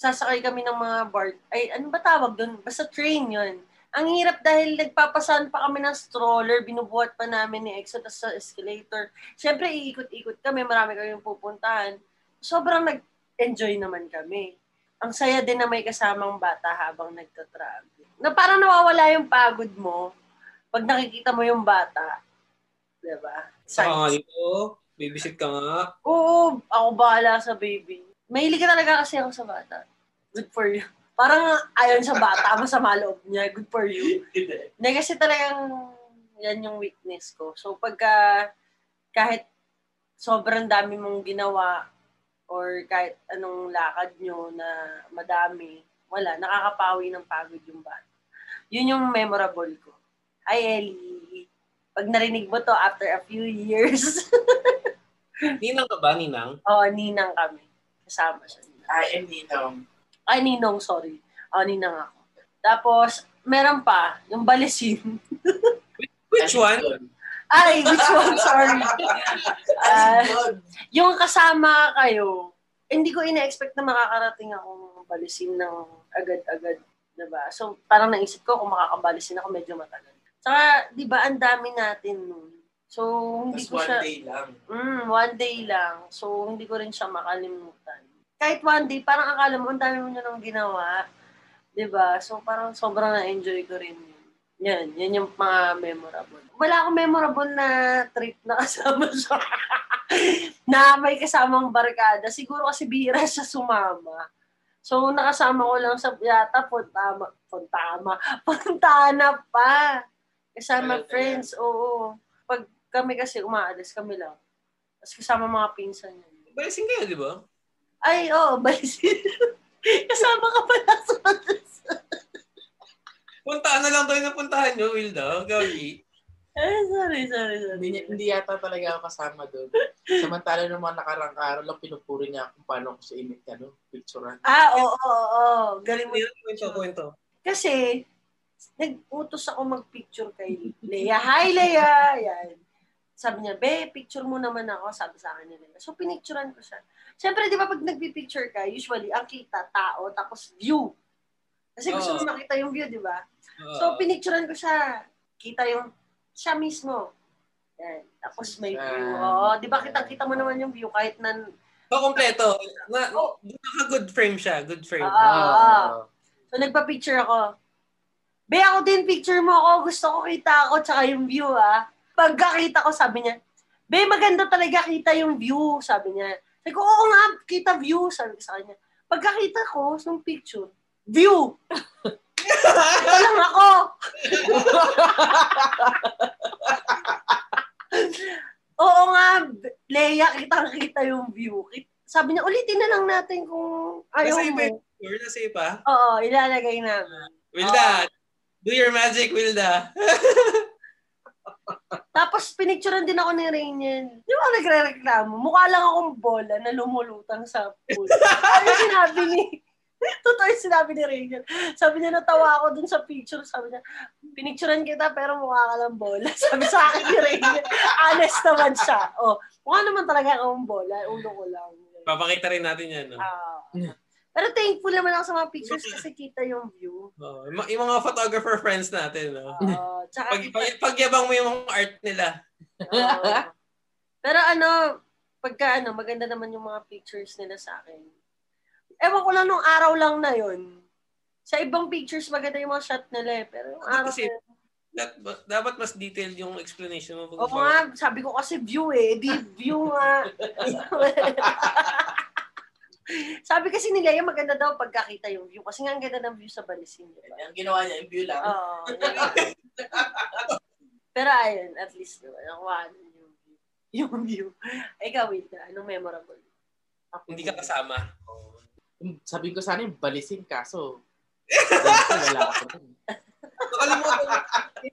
S2: sasakay kami ng mga bar, ay ano ba tawag doon? Basta train yon Ang hirap dahil nagpapasahan pa kami ng stroller, binubuhat pa namin ni Exo tas sa escalator. Siyempre, iikot-ikot kami, marami kami pupuntahan. Sobrang nag-enjoy naman kami. Ang saya din na may kasamang bata habang nagtatravel. Na parang nawawala yung pagod mo pag nakikita mo yung bata. Diba?
S1: Saka nga dito, babysit ka nga.
S2: Oo, ako bahala sa baby. Mahilig ka talaga kasi ako sa bata. Good for you. Parang ayon sa bata, masama loob niya. Good for you.
S3: Hindi.
S2: Hindi kasi talagang yan yung weakness ko. So pagka kahit sobrang dami mong ginawa or kahit anong lakad nyo na madami, wala, nakakapawi ng pagod yung bata. Yun yung memorable ko. Ay, Ellie. Pag narinig mo to after a few years,
S1: Ninang ka ba, Ninang?
S2: Oo, Ah, ninang kami. Kasama siya.
S3: I am Ninong.
S2: Ay, ninong, sorry. Oo, ninang ako. Tapos, meron pa, yung balisin.
S1: Which
S3: Ano?
S1: one?
S2: Ay, which one, sorry. Ah,
S3: Good.
S2: yung kasama kayo, hindi ko ina-expect na makakarating akong balisin ng agad-agad. Diba? So, parang naisip ko, kung makakabalisin ako, medyo matagal. Saka, di ba, ang dami natin nun. So, hindi
S3: Tapos
S2: ko
S3: one
S2: siya...
S3: day lang.
S2: Mm, one day lang. So, hindi ko rin siya makalimutan. Kahit one day, parang akala mo, ang dami mo na nang ginawa. 'Di ba So, parang sobrang na-enjoy ko rin yun. Yan, yan yung mga memorable. Wala akong memorable na trip na kasama siya. na may kasamang barkada. Siguro kasi bihira siya sumama. So, nakasama ko lang sa yata Fontama, Fontama, Fontana pa. Kasama
S3: Talaga
S2: friends, oo. Pag kami kasi umaalis, kami lang. Tapos kasama mga pinsan niya.
S1: Balisin kayo, di ba?
S2: Ay, oo, balisin. kasama ka pala sa
S1: Puntahan na lang tayo na puntahan nyo, Wilda. Gabi.
S2: Ay, sorry, sorry, sorry.
S3: Hindi, niya- hindi yata talaga ako kasama doon. Samantala nung mga nakarang araw lang, pinupuri niya kung paano ako sa init, ano, picturean.
S2: Ah, oo, oo, oo. Galing mo.
S1: Yun, kwento, kwento.
S2: Kasi, nag-utos ako mag-picture kay Leia. Hi, Leia! Yan. Sabi niya, be, picture mo naman ako. Sabi sa akin ni Leia. So, pinicturean ko siya. Siyempre, di ba, pag nagpipicture ka, usually, ang kita, tao, tapos view. Kasi gusto mo makita yung view, di ba? So, pinicturean ko siya. Kita yung siya mismo. Yan. Tapos may view. Oo, di ba, kita-kita mo naman yung view kahit na...
S1: so, kompleto. Na, Naka-good frame siya. Good frame.
S2: Ah. So, nagpa-picture ako. Be, ako din, picture mo ako. Gusto ko kita ako, tsaka yung view, ah. Pagkakita ko, sabi niya, Be, maganda talaga kita yung view, sabi niya. Sabi ko, oo nga, kita view, sabi ko sa kanya. Pagkakita ko, nung picture, view! Ito lang ako! oo nga, Leia, kitang-kita yung view. Sabi niya, ulitin na lang natin kung ayaw
S1: Kasi iba
S2: mo.
S1: Sure, ah. nasa iba.
S2: Oo, ilalagay namin.
S1: Wilda, do your magic, Wilda.
S2: Tapos pinicturean din ako ni Rainier. Di ba nagre-reklamo? Mukha lang akong bola na lumulutang sa pool. Ano yung sinabi ni... Totoo yung sinabi ni Rainier. Sabi niya, natawa ako dun sa picture. Sabi niya, pinicturean kita pero mukha ka lang bola. Sabi sa akin ni Rainier. Honest naman siya. O, mukha naman talaga akong bola. Ulo ko lang.
S1: Papakita rin natin yan. No?
S2: Ah. pero thankful naman ako sa mga pictures kasi kita yung view.
S1: Oo, yung mga- yung mga photographer friends natin. No?
S2: Ah, tsaka
S1: Pag, pag, pagyabang mo yung mga art nila.
S2: Oo. Pero ano, pagka ano, maganda naman yung mga pictures nila sa akin. Ewan ko lang nung araw lang na yun. Sa ibang pictures, maganda yung mga shot nila eh. Pero yung araw
S1: Kasi-
S2: na yun,
S1: Dat, dapat mas detailed yung explanation mo.
S2: Oo nga, sabi ko kasi view eh. Di view nga. sabi kasi nila yung maganda daw pagkakita yung view. Kasi nga ang ganda ng view sa Balisin. Diba?
S3: Ang ginawa niya, yung view lang.
S2: Oo. yun. Pero ayun, at least naman, nakuha ko yung view. Yung view. Ikaw, wait na. Anong memorable? Ako.
S1: Hindi ka kasama.
S3: Sabi ko sana yung balisin kaso. wala ako. dun.
S1: Nakalimutan,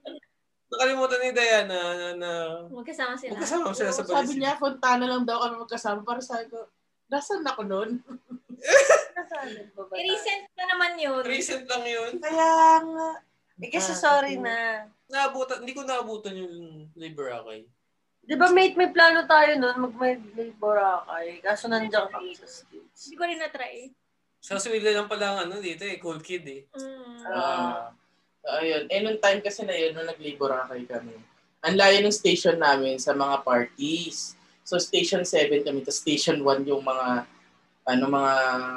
S1: nakalimutan ni Diana na, na
S4: Magkasama sila.
S1: magkasama sila sa
S3: Oo, sabi
S1: policy.
S3: niya, Fontana lang daw kami magkasama. Para sabi ko, nasaan ako noon?
S2: Nasaan ba ba?
S4: Eh, Recent pa naman yun.
S1: Recent lang yun.
S2: Kaya nga. Eh, kasi
S3: Ah,
S2: sorry na.
S1: Naabutan, hindi ko naabutan yung Libra kay.
S2: Di ba, mate, may plano tayo nun. Mag-may Boracay. Kaso nandiyan kami sa
S4: Hindi
S2: States.
S4: ko rin na-try.
S1: Sa Sweden lang pala ang ano dito eh, cool kid eh.
S4: Mm.
S3: Ah. ayun. Eh, nung time kasi na yun, nung naglibor kay kami, ang layo ng station namin sa mga parties. So, station 7 kami, tapos station 1 yung mga, ano, mga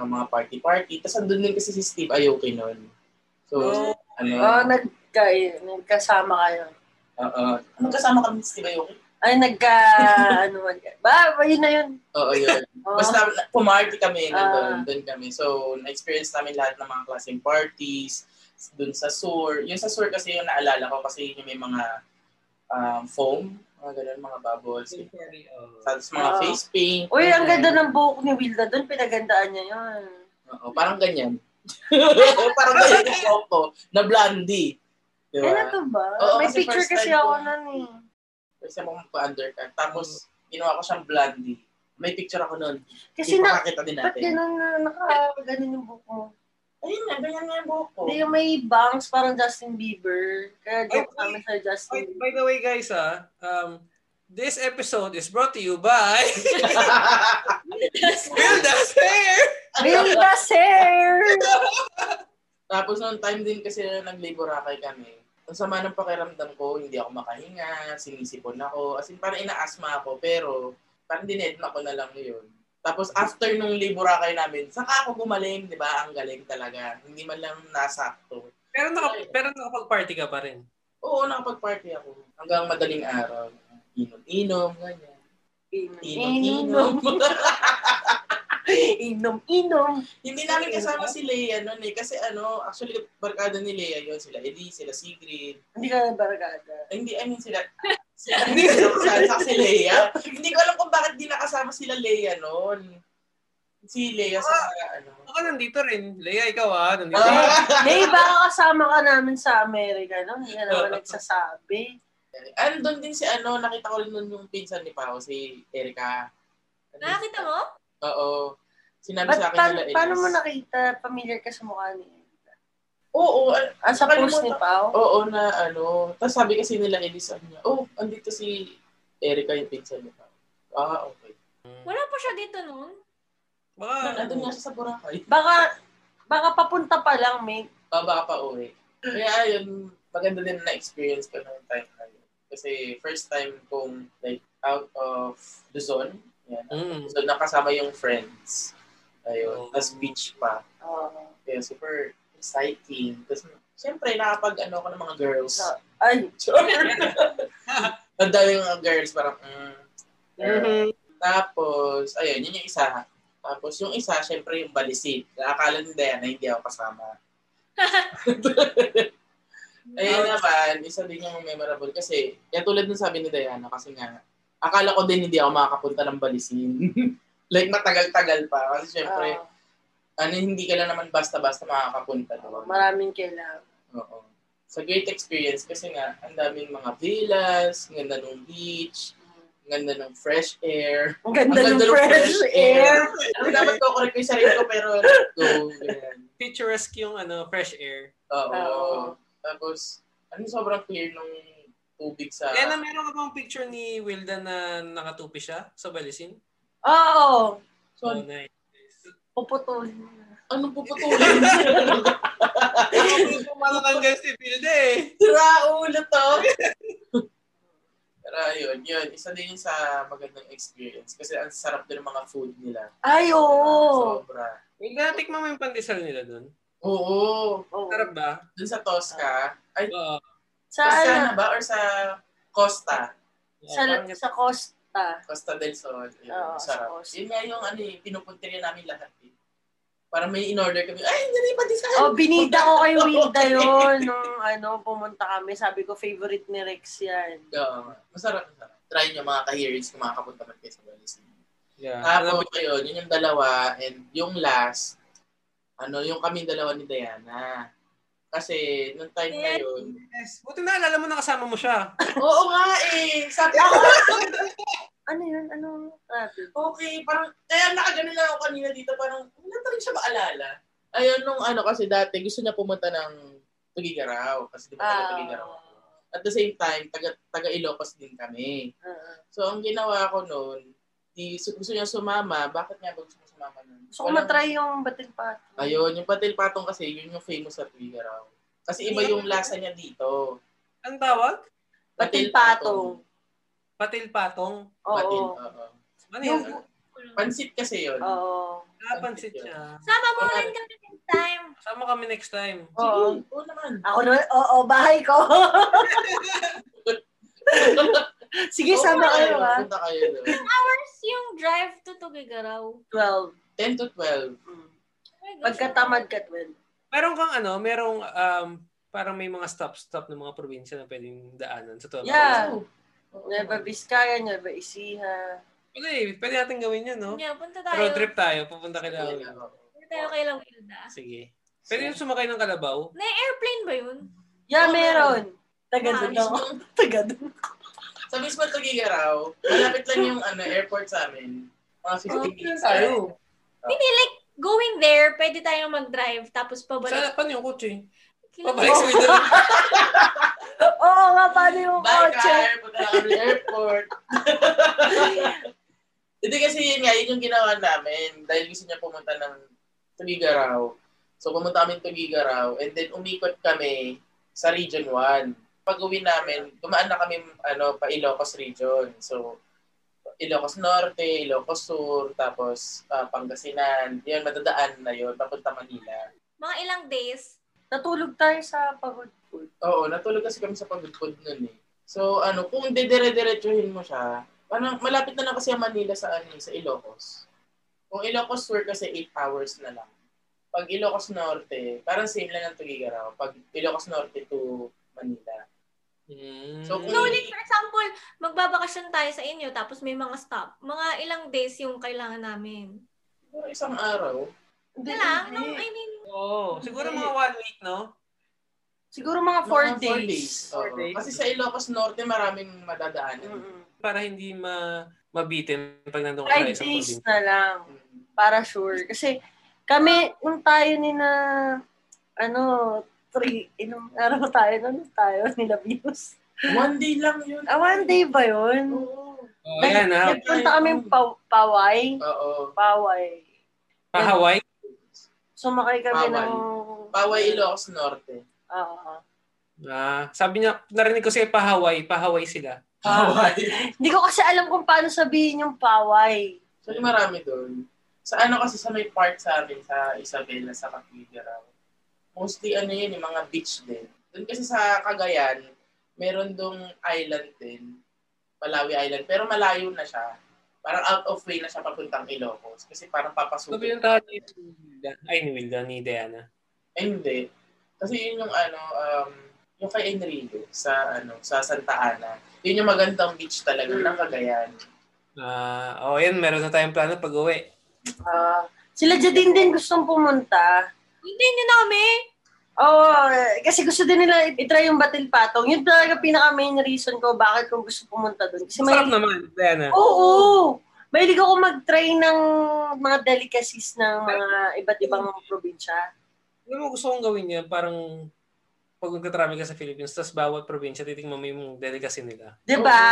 S3: mga party-party. Tapos andun din kasi si Steve Aoki noon. So,
S1: Oh.
S3: ano,
S2: Oh, nagka, nagkasama kayo.
S3: oo. Anong kasama kami ni Steve Aoki?
S2: Ay, nagka, ano man. Ba, ba, yun na yun.
S3: Oo, yun.
S2: Oh.
S3: Basta pumarty kami,
S2: Ah.
S3: nandun doon kami. So, na-experience namin lahat ng mga klaseng parties, doon sa SUR. Yung sa SUR kasi yung naalala ko kasi yun yung may mga um, foam, mga ganun, mga bubbles. Tapos mga
S2: Ah.
S3: face paint.
S2: Uy, ang
S3: ganun.
S2: ganda ng buhok ni Wilda doon. Pinagandaan niya yun.
S3: Oo, parang ganyan. parang ganyan yung buhok ko, na blondie. Di
S2: Ano
S3: ba?
S2: to ba?
S3: Oo,
S2: May
S3: kasi
S2: picture
S3: first
S2: kasi
S3: time
S2: ako
S3: ko.
S2: nun eh.
S3: Kasi ako magpa-undercut. Tapos, ginawa ko siyang blondie. May picture ako nun.
S2: Kasi na,
S3: Ipapakita din
S2: ba't
S3: natin.
S2: ganun na, naka, ganun yung buhok mo?
S3: Ayun na, ganyan na yung buhok ko.
S2: Hindi, yung may bangs parang Justin Bieber. Kaya joke
S1: Ay,
S2: kami sa
S1: By,
S2: Justin Bieber.
S1: by the way guys ah, um, this episode is brought to you by Wilda's Hair!
S2: Wilda's hair!
S3: Tapos noong time din kasi na nagliborakay kami, ang sama ng pakiramdam ko, hindi ako makahinga, sinisipon ako. As in, parang inaasma ako, pero parang dinedma ko na lang yun. Tapos after nung liborakay namin, saka ako gumaling, di ba? Ang galing talaga. Hindi man lang nasakto.
S1: Pero, naka, pero nakapag-party ka pa rin.
S3: Oo, nakapag-party ako. Hanggang madaling araw. Inom-inom, ganyan. Inom-inom.
S2: Inom, inom.
S3: Hindi namin kasama si Lea noon eh. Kasi ano, actually, barkada ni Lea yun. Sila Elise, sila Sigrid,
S2: Hindi ka na baragada.
S3: Ay, Hindi, I mean sila. sila hindi ko kasama si Leia. Hindi ko alam kung bakit di nakasama sila Leia noon. Si Leia sa ano.
S1: Ako nandito rin. Lea, ikaw ah, nandito.
S3: Ah!
S2: May iba ka kasama ka namin sa Amerika, no? Hindi ka naman nagsasabi.
S3: Andun din si ano, nakita ko rin noon yung pinsan ni Pao, si Erika.
S4: Nakakita mo?
S3: Oo. Sinabi
S2: Ba't
S3: sa akin
S2: paano,
S3: nila Elise.
S2: paano mo nakita? Familiar ka sa mukha niya.
S3: Oo, al-
S2: Ah, sa
S3: Paano
S2: post
S3: mo
S2: ni
S3: na-
S2: Pao?
S3: oo na ano. Tapos sabi kasi nila Elise, ano niya, oh, andito si Erika yung pinsan ni Pao. Ah, okay.
S4: Wala pa siya dito noon.
S1: Baka,
S3: Nandun nga siya sa Boracay.
S2: Baka, baka papunta pa lang, mate.
S3: baba pa uwi. Kaya ayun, maganda din na experience ko noong time na yun. Kasi first time kong like out of Luzon. Yan.
S1: Mm.
S3: So nakasama yung friends. Ayun. Tapos beach pa.
S2: Oo.
S3: Kaya super exciting. Tapos siyempre nakapag ano ko ng mga girls.
S2: ay,
S3: Sure. Ang dami ng mga girls parang mm, girl. Tapos, ayun, yun yung isa. Tapos yung isa, syempre yung balisit. Akala ni Diana, hindi ako kasama. Ayun naman, isa din yung memorable kasi, kaya tulad ng sabi ni Diana, kasi nga, akala ko din hindi ako makakapunta ng balisin. like, matagal-tagal pa. Kasi syempre,
S2: ah,
S3: ano, hindi ka lang naman basta-basta makakapunta doon.
S2: maraming ah, kailangan.
S3: Oo. Sa great experience kasi nga, ang daming mga villas, ang ganda ng beach, ang ganda ng fresh air.
S2: Ang ganda ng fresh air.
S3: Ano dapat ko correct ko yung sarili ko pero go. ganyan.
S1: Picturesque yung ano, fresh air.
S3: Oo.
S2: Oo.
S3: Tapos, ano yung sobrang clear nung tubig sa...
S1: Lena, meron ka bang picture ni Wilda na nakatupi siya sa balisin?
S2: Oo.
S3: So,
S1: Oh, nice.
S2: Puputol.
S3: ano puputulin?
S1: Pumalakang ano guys si Wilda eh.
S3: Sira ulo to. Pero ayun, yun. Isa din yun sa magandang experience. Kasi ang sarap din ng mga food nila.
S2: Ay, oo.
S3: Sobra.
S1: Wilda, tikman mo yung pandesal nila doon.
S3: Oo.
S2: Oo.
S1: Sarap ba?
S3: Dun sa Tosca. Ay,
S1: Oo.
S2: Sa,
S3: Toscana ba? Or sa Costa?
S2: sa, sa Costa.
S3: Costa del Sol. Yun,
S2: Oo, sa
S3: sarap.
S2: Costa.
S3: Yun nga yung ano, eh, pinupunti rin namin lahat. Eh. Para may in-order kami. Ay, hindi rin pa din sa
S2: Oh, binida ko kay Wilda yun nung ano, pumunta kami. Sabi ko, favorite ni Rex yan.
S3: Oo. Masarap, masarap. Try nyo mga ka-hearings kung makakapunta man kayo sa Valencia.
S1: Yeah.
S3: Tapos yun, yun yung dalawa and yung last, ano, yung kami dalawa ni Diana. Kasi nung time na yun,
S1: Yes. Buti na, alala mo na kasama mo siya.
S3: oo nga eh, sabi ko,
S2: Ano yun? Anong travel?
S3: okay, parang, kaya nakaganon lang ako kanina dito, parang, wala pa rin siya maalala. Ayun, nung ano kasi dati, gusto niya pumunta ng Tugigaraw, kasi di ba
S2: Ah,
S3: taga Tugigaraw. ako. At the same time, taga, taga Ilocos din kami.
S2: Ah.
S3: So, ang ginawa ko noon, di, su- gusto niya sumama, bakit nga ba gusto niya sumama noon?
S2: Gusto ko matry yung batil pato.
S3: Ayun, yung patil patong kasi, yun yung famous sa Tugigaraw. Kasi iba yung lasa niya dito.
S1: Ang tawag?
S2: Batil patong.
S1: Patil patong.
S3: Patil,
S2: Oo.
S3: oo.
S1: Ano yun?
S2: Yung-
S3: Pansit kasi yun.
S2: Oo.
S1: Napansit niya.
S4: Sama mo rin kami next time.
S1: Kasama kami next time.
S2: Oo.
S3: Oo, oo naman.
S2: Ako naman, oo, bahay ko. Sige,
S3: Oo, eh.
S2: sama
S3: punta
S2: kayo ha.
S3: Punta kayo doon.
S4: First yung drive to Tugigaraw.
S2: 12.
S3: 10 to 12.
S2: Mm.
S4: Oh my gosh.
S2: Pagkatamad ka, 12.
S1: Meron kang ano, merong um, parang may mga stop-stop ng mga probinsya na pwedeng daanan sa Toronto.
S2: Yeah.
S3: Oo.
S2: Nueva Vizcaya, Nueva Ecija.
S1: Wala eh, pwede natin gawin yun, no?
S4: Yeah, punta tayo.
S1: Road trip Ah. tayo, pupunta kay
S3: Ayun,
S1: Lawin.
S3: oo.
S4: Punta tayo kay La Wilda.
S1: Sige. Pwede yung sumakay ng kalabaw.
S4: Na airplane ba yun?
S2: Yeah,
S3: Oo.
S2: meron. Taga doon ako.
S3: Sa mismo-
S2: Taga doon.
S3: Sa mismo Tugigaraw, malapit lang yung ano, airport sa amin. Mga 50
S1: Oh,
S3: minutes.
S1: tayo.
S4: Hindi, like, going there, pwede tayong mag-drive, tapos pabalik.
S1: Sa, paano yung kotse?
S4: Kilala-
S1: Pabalik sa Mindanao.
S2: Oo nga, paano yung
S3: Bye,
S2: kotse?
S3: car! Punta lang kami sa airport. Hindi kasi yun nga, yun yung ginawa namin. Dahil gusto niya pumunta ng Tugigaraw. So pumunta kami ng Tugigaraw and then umikot kami sa Region 1. Pag uwi namin, dumaan na kami ano, pa Ilocos Region. So Ilocos Norte, Ilocos Sur, tapos ah, Pangasinan. Yun, madadaan na yun, papunta Manila.
S4: Mga ilang days.
S2: Natulog tayo sa pagod food.
S3: Oo, natulog kasi kami sa pagod-pod nun eh. So, ano, kung didire-diretsuhin mo siya, parang malapit na lang kasi ang Manila sa, ano, sa Ilocos. Kung Ilocos Sur kasi 8 hours na lang. Pag Ilocos Norte, parang same lang ang Tugigaraw. Pag Ilocos Norte to Manila.
S1: Hmm.
S3: So, kung-
S4: No, like, for example, magbabakasyon tayo sa inyo, tapos may mga stop. Mga ilang days yung kailangan namin.
S3: Siguro isang araw.
S2: Hindi,
S4: Hindi lang, no, eh.
S2: hindi.
S4: I mean,
S1: Oo. Siguro mga one week, no?
S2: Siguro mga four
S3: Mga
S2: days.
S1: Four
S3: Oo.
S1: days.
S3: Kasi sa Ilocos Norte, maraming madadaanan. Mm.
S2: Mm-mm.
S1: Para hindi ma mabitin pag nandun ka
S2: Five
S1: sa isang
S2: days
S1: probinsya.
S2: na lang.
S3: Mm.
S2: Para sure. Kasi kami, nung tayo ni na, ano, three, ilang araw tayo, nung tayo, nila views.
S3: One day lang yun.
S2: Ah, one day ba yun?
S3: Oo.
S1: Oh, ayan ha.
S2: Nagpunta kami pa- Paway.
S3: Oo.
S2: Paway.
S1: Pa Hawaii.
S2: Sumakay kami
S3: Paway.
S2: ng... ah,
S3: Paway, Ilocos Norte.
S2: Oo.
S1: Ah, sabi niya, narinig ko siya pa Hawaii, pa Hawaii sila.
S3: Paway.
S2: Hindi ko kasi alam kung paano sabihin yung paway.
S3: So, yung marami doon. Sa ano kasi sa may part sa amin, sa Isabela, sa Cathedral. Mostly ano yun, yung mga beach din. Doon kasi sa Cagayan, meron dong island din. Palawi Island. Pero malayo na siya. Parang out of way na siya papuntang Ilocos. Kasi parang papasok.
S1: Sabi yung tahan ni Wilda. Ay, ni Wilda, ni Diana.
S3: Ay, hindi. Kasi yun yung ano, um, yung kay Enrico sa ano sa Santa Ana. Yun yung magandang beach talaga ng Cagayan.
S1: Ah, oh, yan, meron na tayong plano pag uwi.
S2: Ah, sila Jadine din gustong pumunta.
S4: hindi nyo na kami.
S2: Oo, eh, kasi gusto din nila i- itry yung batil patong. Yun talaga pinaka main reason ko bakit ko gusto pumunta doon. Kasi may
S1: Sarap naman, Diana.
S2: Oo. Mahilig ako mag-try ng mga delicacies ng mga iba't ibang probinsya.
S1: Alam mo, gusto kong gawin yan, parang pag nagtatravel ka sa Philippines, tapos bawat probinsya, titingnan mo yung delicacy nila.
S2: 'Di ba? Diba?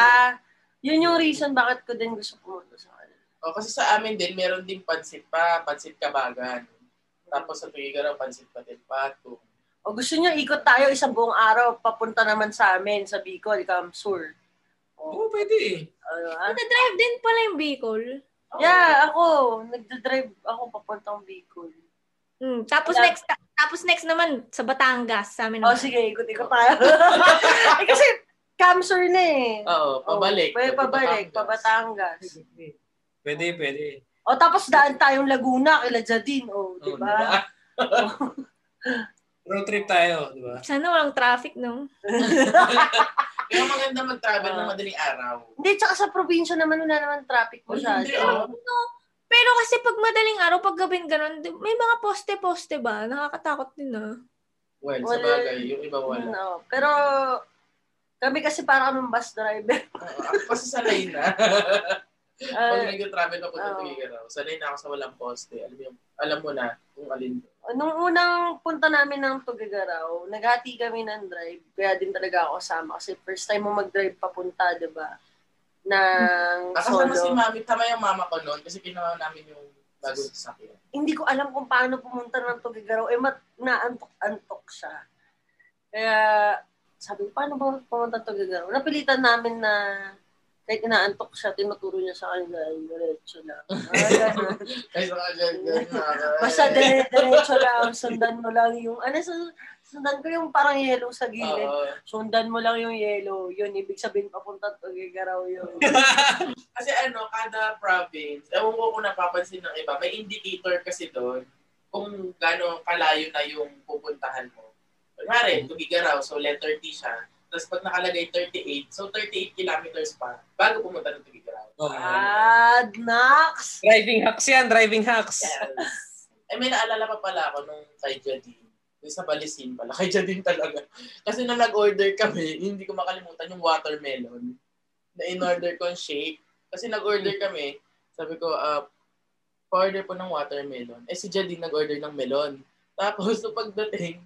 S2: Yun yung reason bakit ko din gusto pumunta sa kanila.
S3: O, Oh, kasi sa amin din, meron din pansit pa, pansit kabagan. Tapos sa tuwiga raw, pansit patil pato.
S2: O gusto nyo, ikot tayo isang buong araw, papunta naman sa amin, sa Bicol, Kamsur.
S1: Oo, pwede eh.
S2: Ano, ah?
S4: Nagdadrive din pala yung Bicol.
S3: Oh.
S2: Yeah, ako, nagdadrive ako papuntang Bicol.
S4: Mm, tapos
S2: Yeah.
S4: next tapos next naman sa Batangas sa
S3: Hmm.
S4: amin.
S2: O
S3: Oh,
S4: naman.
S2: Oh, sige, ikot-ikot tayo. eh, kasi Kamsur na eh.
S3: Oo, Oh, pabalik.
S2: O, pwede pabalik, pabatangas.
S3: Batangas.
S1: Pwede, pwede.
S2: O tapos daan tayong Laguna, kila Jadine, o,
S3: Oo,
S2: di ba?
S3: diba?
S1: Road trip tayo, di ba?
S4: Sana walang traffic, no?
S3: Kaya maganda mag-travel
S2: Ah.
S3: ng madaling araw.
S2: Hindi, tsaka sa probinsya naman wala naman traffic mo siya.
S3: Hindi, oh.
S4: No. Pero kasi pag madaling araw, pag gabing ganun, di- may mga poste-poste ba? Nakakatakot din, ah.
S3: Well,
S2: Wala. Ah.
S3: sa bagay, yung iba wala.
S2: No. Hmm, oh. Pero kami kasi parang anong bus driver.
S3: Oo, ako kasi sanay na. Pag
S2: Ah,
S3: nag-travel ako sa
S2: oo.
S3: tuwiga raw, sanay na ako sa walang poste. Alam, mo yung, alam mo na kung alin.
S2: nung unang punta namin ng Tugigaraw, naghati kami ng drive. Kaya din talaga ako kasama. Kasi first time mo mag-drive papunta, di ba? Ng
S3: Ah, Kasama si
S2: solo.
S3: mami, tama yung mama ko noon kasi ginawa namin yung bago sa sakyan.
S2: Hindi ko alam kung paano pumunta ng Tugigaraw. Eh, mat- naantok-antok siya. Kaya sabi ko, paano ba pumunta ng Tugigaraw? Napilitan namin na kahit inaantok siya, tinuturo niya sa akin na diretso lang. Ah, ganun.
S3: Kaysa ka dyan, ganyan.
S2: Basta dire-diretso lang, sundan mo lang yung, ano, sun- sundan ko yung parang yellow sa gilid.
S3: Oo.
S2: Sundan mo lang yung yellow. Yun, ibig sabihin papunta to, gagaraw yun.
S3: Kasi ano, kada province, ewan ko kung napapansin ng iba, may indicator kasi doon kung gano'ng kalayo na yung pupuntahan mo. Kunwari, Tugigaraw, so letter T siya. Tapos pag nakalagay 38, so 38 kilometers pa bago pumunta ng Tugigaraw.
S1: Oo.
S2: Ah. Ad, Nax!
S1: Oh, Driving hacks yan, driving hacks.
S3: Yes. Eh, may naalala pa pala ako nung kay Jadine. Yung sa Balisin pala. Kay Jadine talaga. Kasi nung nag-order kami, hindi ko makalimutan yung watermelon. Na in-order ko yung shake. Kasi nag-order kami, sabi ko, ah, pa-order po ng watermelon. Eh, si Jadine nag-order ng melon. Tapos, nung pagdating,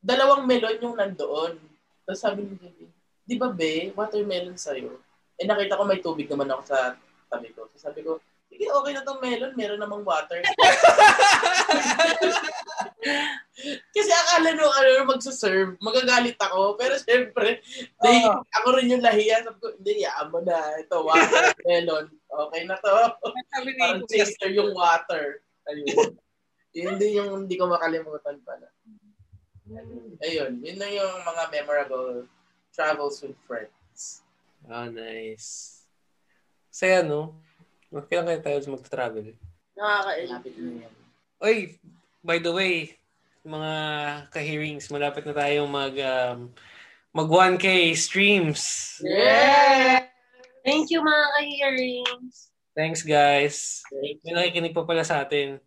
S3: dalawang melon yung nandoon. Tapos sabi ni Jadine, di ba be, watermelon sa'yo? Eh, nakita ko may tubig naman ako sa tabi ko. So, sabi ko, Sige, okay na tong melon. Meron namang water. Kasi akala nung ano, nung magsaserve, magagalit ako. Pero syempre, they,
S1: Oo.
S3: ako rin yung lahiya. Sabi ko, hindi, yaan mo na. Ito, water, melon. Okay na to.
S1: Sabi ni
S3: Parang chaser yung water. Ayun. yun din yung hindi ko makalimutan pala. Ayun, yun na yung mga memorable travels with friends.
S1: Oh, nice. Saya, no? Kailan kaya tayo magta-travel?
S2: Nakakailap.
S3: Malapit na yan.
S1: Oy, by the way, mga ka-hearings, malapit na tayong mag, um, mag 1K streams.
S2: Yeah! Thank you mga ka-hearings.
S1: Thanks, guys. May nakikinig pa pala sa atin.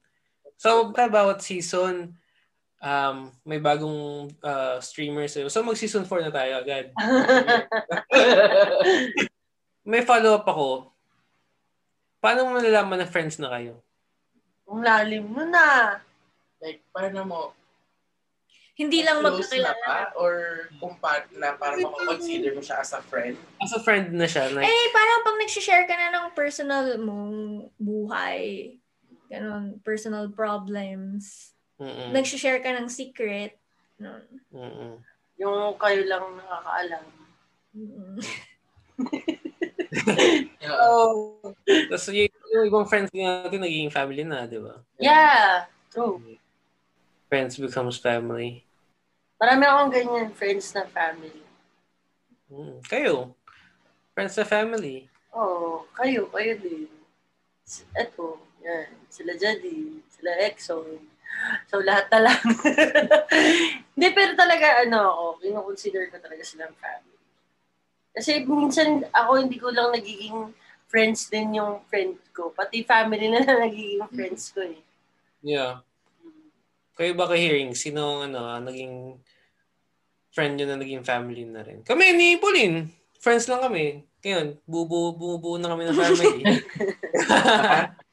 S1: So, sa bawat season, um, may bagong uh, streamer sa'yo. So, mag-season 4 na tayo agad. may follow-up ako. Paano mo nalalaman na friends na kayo?
S2: Ang lalim ah. mo na.
S3: like, paano mo,
S4: Hindi lang
S3: close na
S4: magkakilala.
S3: ba? Or kung pa, na para makakonsider mo siya as a friend?
S1: As a friend na siya. Like,
S4: Eh, parang pag nagsishare ka na ng personal mong buhay, ganun, personal problems,
S1: mm-mm,
S4: nagsishare ka ng secret, ganun.
S1: mm-mm.
S2: Yung kayo lang nakakaalam.
S4: Mm.
S3: Yeah.
S2: Oh.
S1: Tapos yung, yung ibang friends niya natin naging family na, di ba?
S2: Yeah, true.
S1: Friends becomes family.
S2: Marami akong ganyan, friends na family.
S1: Mm, kayo. Friends na family.
S2: Oo, oh, kayo, kayo din. S- Eto, yan. Sila Jadi, sila Exxon. So, lahat na lang. Hindi, pero talaga, ano ako, kinukonsider ko talaga silang family. Kasi minsan ako hindi ko lang nagiging friends din yung friend ko. Pati family na lang nagiging friends ko eh.
S1: Yeah. Kayo ba ka-hearing? Sino ang ano, ang naging friend nyo na naging family na rin? Kami ni Pauline. Friends lang kami. Ngayon, bubu bumubuo na kami ng family.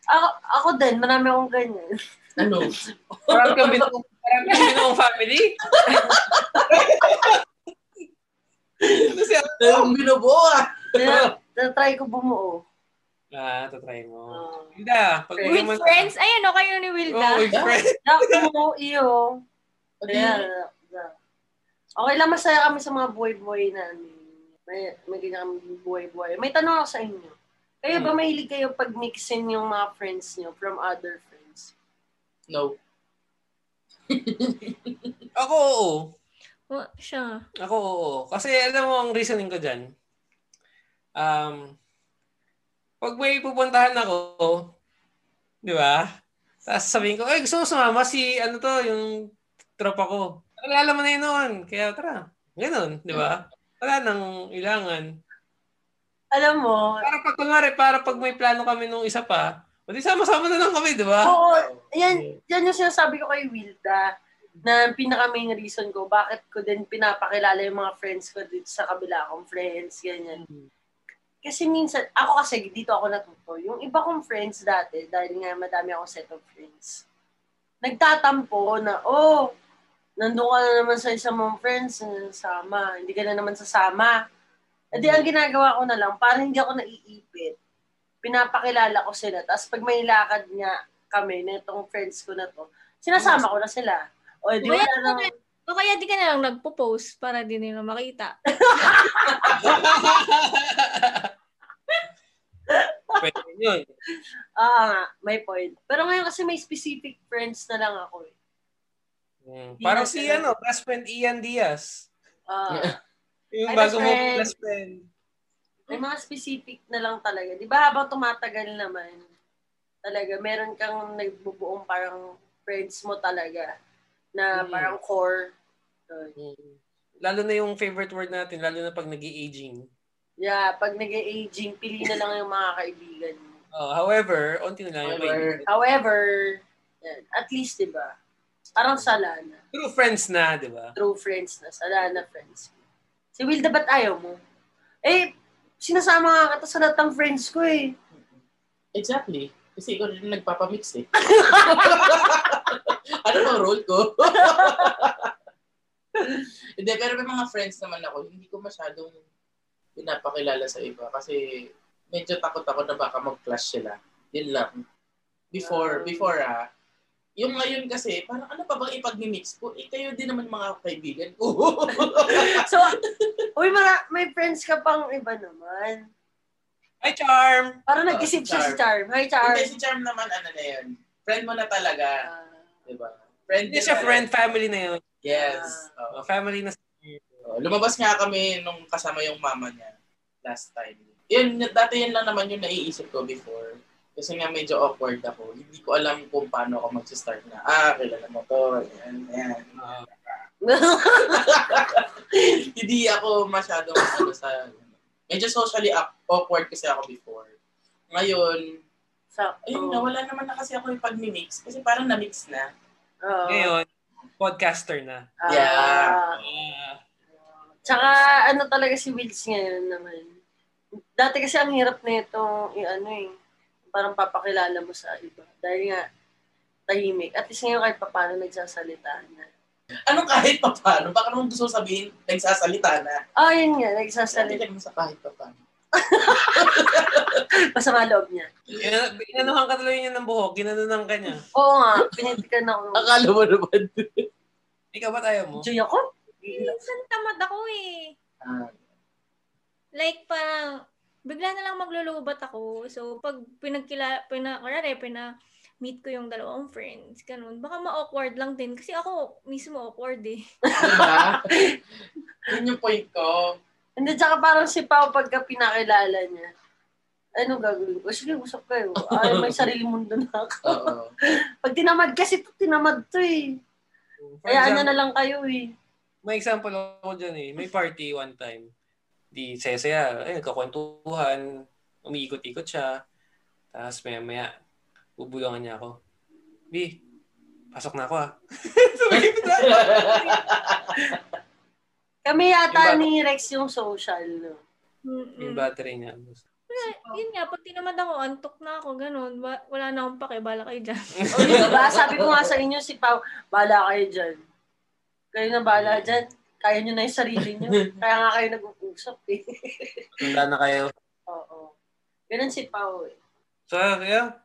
S2: Ako, ako din, marami akong ganyan.
S3: Ano?
S1: Parang kami parang kami ng family. Kasi
S3: Ang Ano binubuo ah.
S2: Tina- Tinatry ko bumuo.
S1: Ah, tatry mo.
S2: Uh,
S1: Hilda, pag
S2: With
S1: uwi
S4: With
S1: naman-
S4: friends? Ayun, no, kayo ni
S1: Oh,
S4: Wilda.
S1: with friends.
S2: bumuo iyo. Kaya, na- okay lang, masaya kami sa mga buhay-buhay namin. May, may ganyan kami buhay-buhay. May tanong ako sa inyo. Kayo ba mahilig kayo pag mixin yung mga friends nyo from other friends?
S3: No.
S1: Ako, oo.
S4: Oh, siya.
S1: Ako, oo. Kasi alam mo ang reasoning ko dyan. Um, pag may pupuntahan ako, di ba? Tapos sabihin ko, ay gusto mo sumama si, ano to, yung tropa ko. Alala mo na yun noon. Kaya tara. Ganun, di ba? Wala nang ilangan.
S2: Alam mo,
S1: Para pag, kunwari, para pag may plano kami nung isa pa, o di sama-sama na lang kami, di ba?
S4: Oh.
S2: oo, yan, yan yung sinasabi ko kay Wilda na pinaka main reason ko bakit ko din pinapakilala yung mga friends ko dito sa kabila kong friends, ganyan. Kasi minsan, ako kasi dito ako natuto. Yung iba kong friends dati, dahil nga madami akong set of friends, nagtatampo na, oh, nandun ka na naman sa isang mong friends, eh, sama, hindi ka na naman sasama. E di, ang ginagawa ko na lang, para hindi ako naiipit, pinapakilala ko sila. Tapos pag may lakad nga kami, na itong friends ko na to, sinasama ko na sila. O, eh, di
S4: Wala
S2: wala
S4: na-
S2: nang-
S4: O kaya di ka na lang nagpo-post para di nila makita.
S1: Pwede yun.
S2: Oo nga, ah, may point. Pero ngayon kasi may specific friends na lang ako eh.
S1: Mm. Parang si, ano, best friend Ian Diaz.
S2: Ah,
S1: Yung
S2: Ay,
S1: bago
S2: best
S1: mo
S2: friend.
S1: best friend.
S2: may mga specific na lang talaga. Di ba habang tumatagal naman, talaga meron kang nagbubuong parang friends mo talaga na
S1: Mm.
S2: parang core. Yun.
S1: Lalo na yung favorite word natin, lalo na pag nag aging
S2: Yeah, pag nag-aging, pili na lang yung mga kaibigan mo.
S1: Oh, however, onti na lang yung
S3: However.
S1: kaibigan.
S2: However, yan, at least, di ba, parang salana.
S1: True friends na, di ba?
S2: True friends na, salana friends. Si Wilda, ba't ayaw mo? Eh, sinasama nga kita sa lahat ng friends ko eh.
S3: Exactly. Kasi ikaw rin nagpapamix eh. ano ang role ko? Hindi, pero may mga friends naman ako, hindi ko masyadong pinapakilala sa iba kasi medyo takot ako na baka mag-clash sila. Yun lang. Before,
S2: Ah.
S3: before ah, yung ngayon kasi, parang ano pa bang ipag-mix ko? Eh, kayo din naman mga kaibigan ko.
S2: So, uy, mara, may friends ka pang iba naman.
S1: Hi, Charm!
S2: Parang
S3: Oh,
S2: nag-isip
S3: si
S2: siya si Charm. Hi, Charm.
S3: Hindi, si Charm naman, ano na yun. Friend mo na talaga.
S2: Ah,
S3: Diba? Friend
S1: Hindi
S3: na
S1: siya
S3: talaga.
S1: friend, family na yun.
S3: Yes.
S1: Oh,
S3: Oo.
S1: family na
S3: Oo, Oh, lumabas nga kami nung kasama yung mama niya last time. Yun, dati yun lang naman yung naiisip ko before. Kasi nga medyo awkward ako. Hindi ko alam kung paano ako mag-start na, ah, kilala mo to, yan, yan.
S1: Ah,
S3: Hindi ako masyadong ano sa, medyo socially ak- awkward kasi ako before. Ngayon,
S2: sa,
S3: ayun na, wala naman na kasi ako yung pag-mix. Kasi parang na-mix na.
S2: Oo.
S1: ngayon, podcaster na.
S2: Ah.
S3: Yeah.
S1: Ah,
S2: Tsaka, ano talaga si Wills ngayon naman. Dati kasi ang hirap na itong, i- ano eh, parang papakilala mo sa iba. Dahil nga, tahimik. At least ngayon kahit paano nagsasalita na.
S3: Anong kahit pa paano? Baka naman gusto sabihin, nagsasalita na.
S2: Ah, yun nga,
S3: Hindi
S2: nagsasalita.
S3: ka naman sa kahit pa paano.
S2: Masama loob niya.
S1: ina- Inanuhan ka tuloy niya ng buhok, ginanunan ka niya.
S2: Oo nga, pinitikan ako.
S3: Akala mo naman.
S1: Ikaw ba't ayaw mo?
S2: Enjoy ako?
S4: Minsan tamad ako eh.
S3: Ah,
S4: Like parang, bigla na lang maglulubat ako. So, pag pinagkila, pina, kunwari, pina, meet ko yung dalawang friends, ganun. Baka ma-awkward lang din. Kasi ako mismo awkward eh.
S3: Diba? Yun yung point ko.
S2: Hindi, tsaka parang si Pao pagka pinakilala niya. Ano gagawin ko? Sige, usap kayo. Ay, may sarili mundo na ako.
S3: Oo.
S2: Pag tinamad kasi to, tinamad to eh.
S1: For
S2: Kaya ano
S1: example,
S2: na lang kayo eh.
S1: may example ako dyan eh. May party one time. Di sesaya. Eh, nagkakwentuhan. Umiikot-ikot siya. Tapos maya maya, bubulangan niya ako. B, pasok na ako ah. Tumingin na.
S2: Kami yata
S1: Yung ba-
S2: ni Rex yung social. no?
S1: Yung
S4: Mm-mm.
S1: battery niya.
S4: Wala, yun nga, pag tinamad ako, antok na ako, ganun. Wa- Wala na akong pake, bala kayo dyan.
S2: O Oh, di ba, sabi ko nga sa inyo, si Pao, bahala kayo dyan. Kayo na bahala dyan. Kaya nyo na yung sarili nyo. Kaya nga kayo nag-uusap eh.
S1: Wala na kayo.
S2: Oo. Ganun si Pao eh.
S1: So, ah, yeah.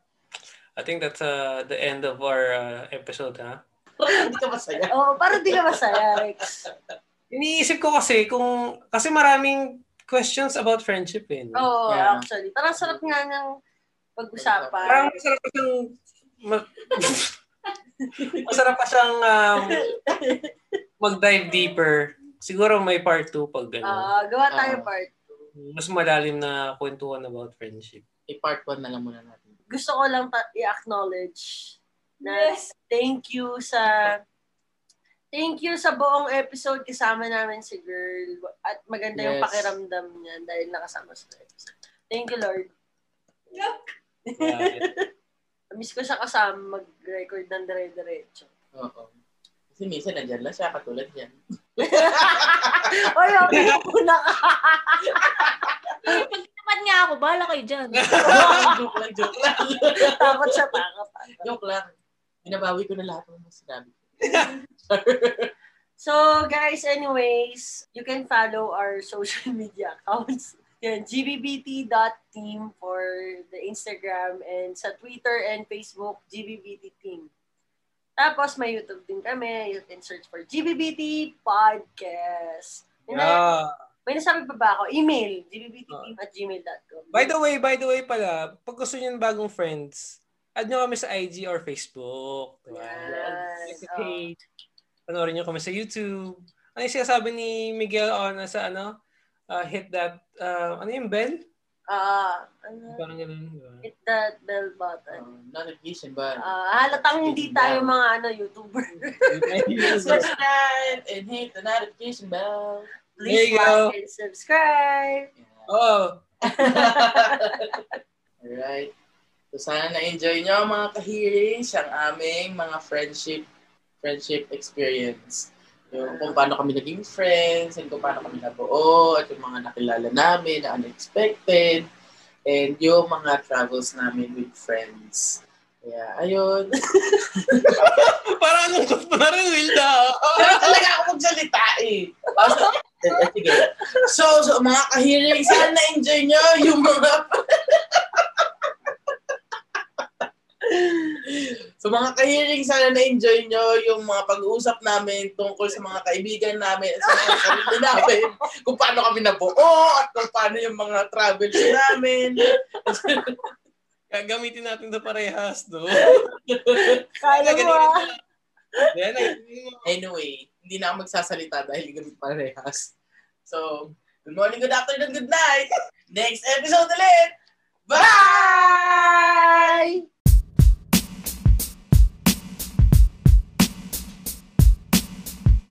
S1: I think that's uh, the end of our uh, episode, ha?
S3: Hindi ka masaya.
S2: Oo, parang di ka masaya, Rex.
S1: Iniisip ko kasi kung... Kasi maraming questions about friendship, eh. no?
S2: Oo,
S3: Yeah.
S2: actually. Parang sarap nga ng pag-usapan.
S1: Parang masarap pa siyang... ma- masarap pa siyang um, mag-dive deeper. Siguro may part 2 pag gano'n.
S2: Ah, gawa tayo
S3: Ah.
S2: part.
S1: Mas malalim na kwentuhan about friendship.
S3: I-part 1 na lang muna natin.
S2: Gusto ko lang pa- i-acknowledge na
S4: Yes.
S2: thank you sa thank you sa buong episode kasama namin si girl at maganda yung
S3: Yes.
S2: pakiramdam niya dahil nakasama sa episode. Thank you Lord.
S1: Grabe.
S2: Miss ko siya kasama mag-record ng dire-diretso.
S3: Oo. Kasi minsan nandyan lang siya, katulad yan.
S2: Oy, okay na muna ka.
S4: Eh, pag tinamad nga ako, bala kayo dyan.
S3: joke lang, joke lang.
S2: Takot siya takot.
S3: joke lang. Binabawi ko na lahat ng mga sinabi ko.
S2: So, guys, anyways, you can follow our social media accounts. Yan, gbbt.team for the Instagram and sa Twitter and Facebook, gbbt team. Tapos may YouTube din kami. You can search for gbbt podcast. May, na-
S1: Yeah. Ah,
S2: may nasabi pa ba ako? Email, gbbtteam at gmail.com.
S1: By the way, by the way pala, pag gusto niyo ng bagong friends, add nyo kami sa IG or Facebook. Diba?
S2: Yes. Oh.
S1: Like the page. Panoorin nyo kami sa YouTube. Ano yung sinasabi ni Miguel on sa ano? Uh, hit that, uh, ano yung bell?
S2: Ah, ano?
S1: Parang ganun, di ba?
S2: Hit that bell button.
S3: Uh, notification ba?
S2: Ah, halatang hindi tayo mga ano YouTuber.
S3: Subscribe and hit the notification bell.
S2: Please
S1: There you go.
S2: like and subscribe.
S3: Yeah.
S1: Oh,
S3: Alright. So sana na-enjoy nyo mga kahirings ang aming mga friendship friendship experience. Yung kung paano kami naging friends, and kung paano kami nabuo, at yung mga nakilala namin na unexpected, and yung mga travels namin with friends. Yeah, ayun.
S1: parang anong gusto na rin, Wilda.
S3: Pero talaga ako magsalita eh. Oh, so, eh, eh, sige. So, so mga kahiling, sana na-enjoy nyo yung mga... so mga kahiling, sana na-enjoy nyo yung mga pag-uusap namin tungkol sa mga kaibigan namin at sa mga sarili namin. Kung paano kami nabuo at kung paano yung mga travels namin.
S1: Gagamitin natin ito parehas, no?
S2: Kaya mo ah.
S1: Yan,
S3: Anyway, hindi na ako magsasalita dahil kami parehas. So, good morning, good afternoon, good night. Next episode ulit. Bye!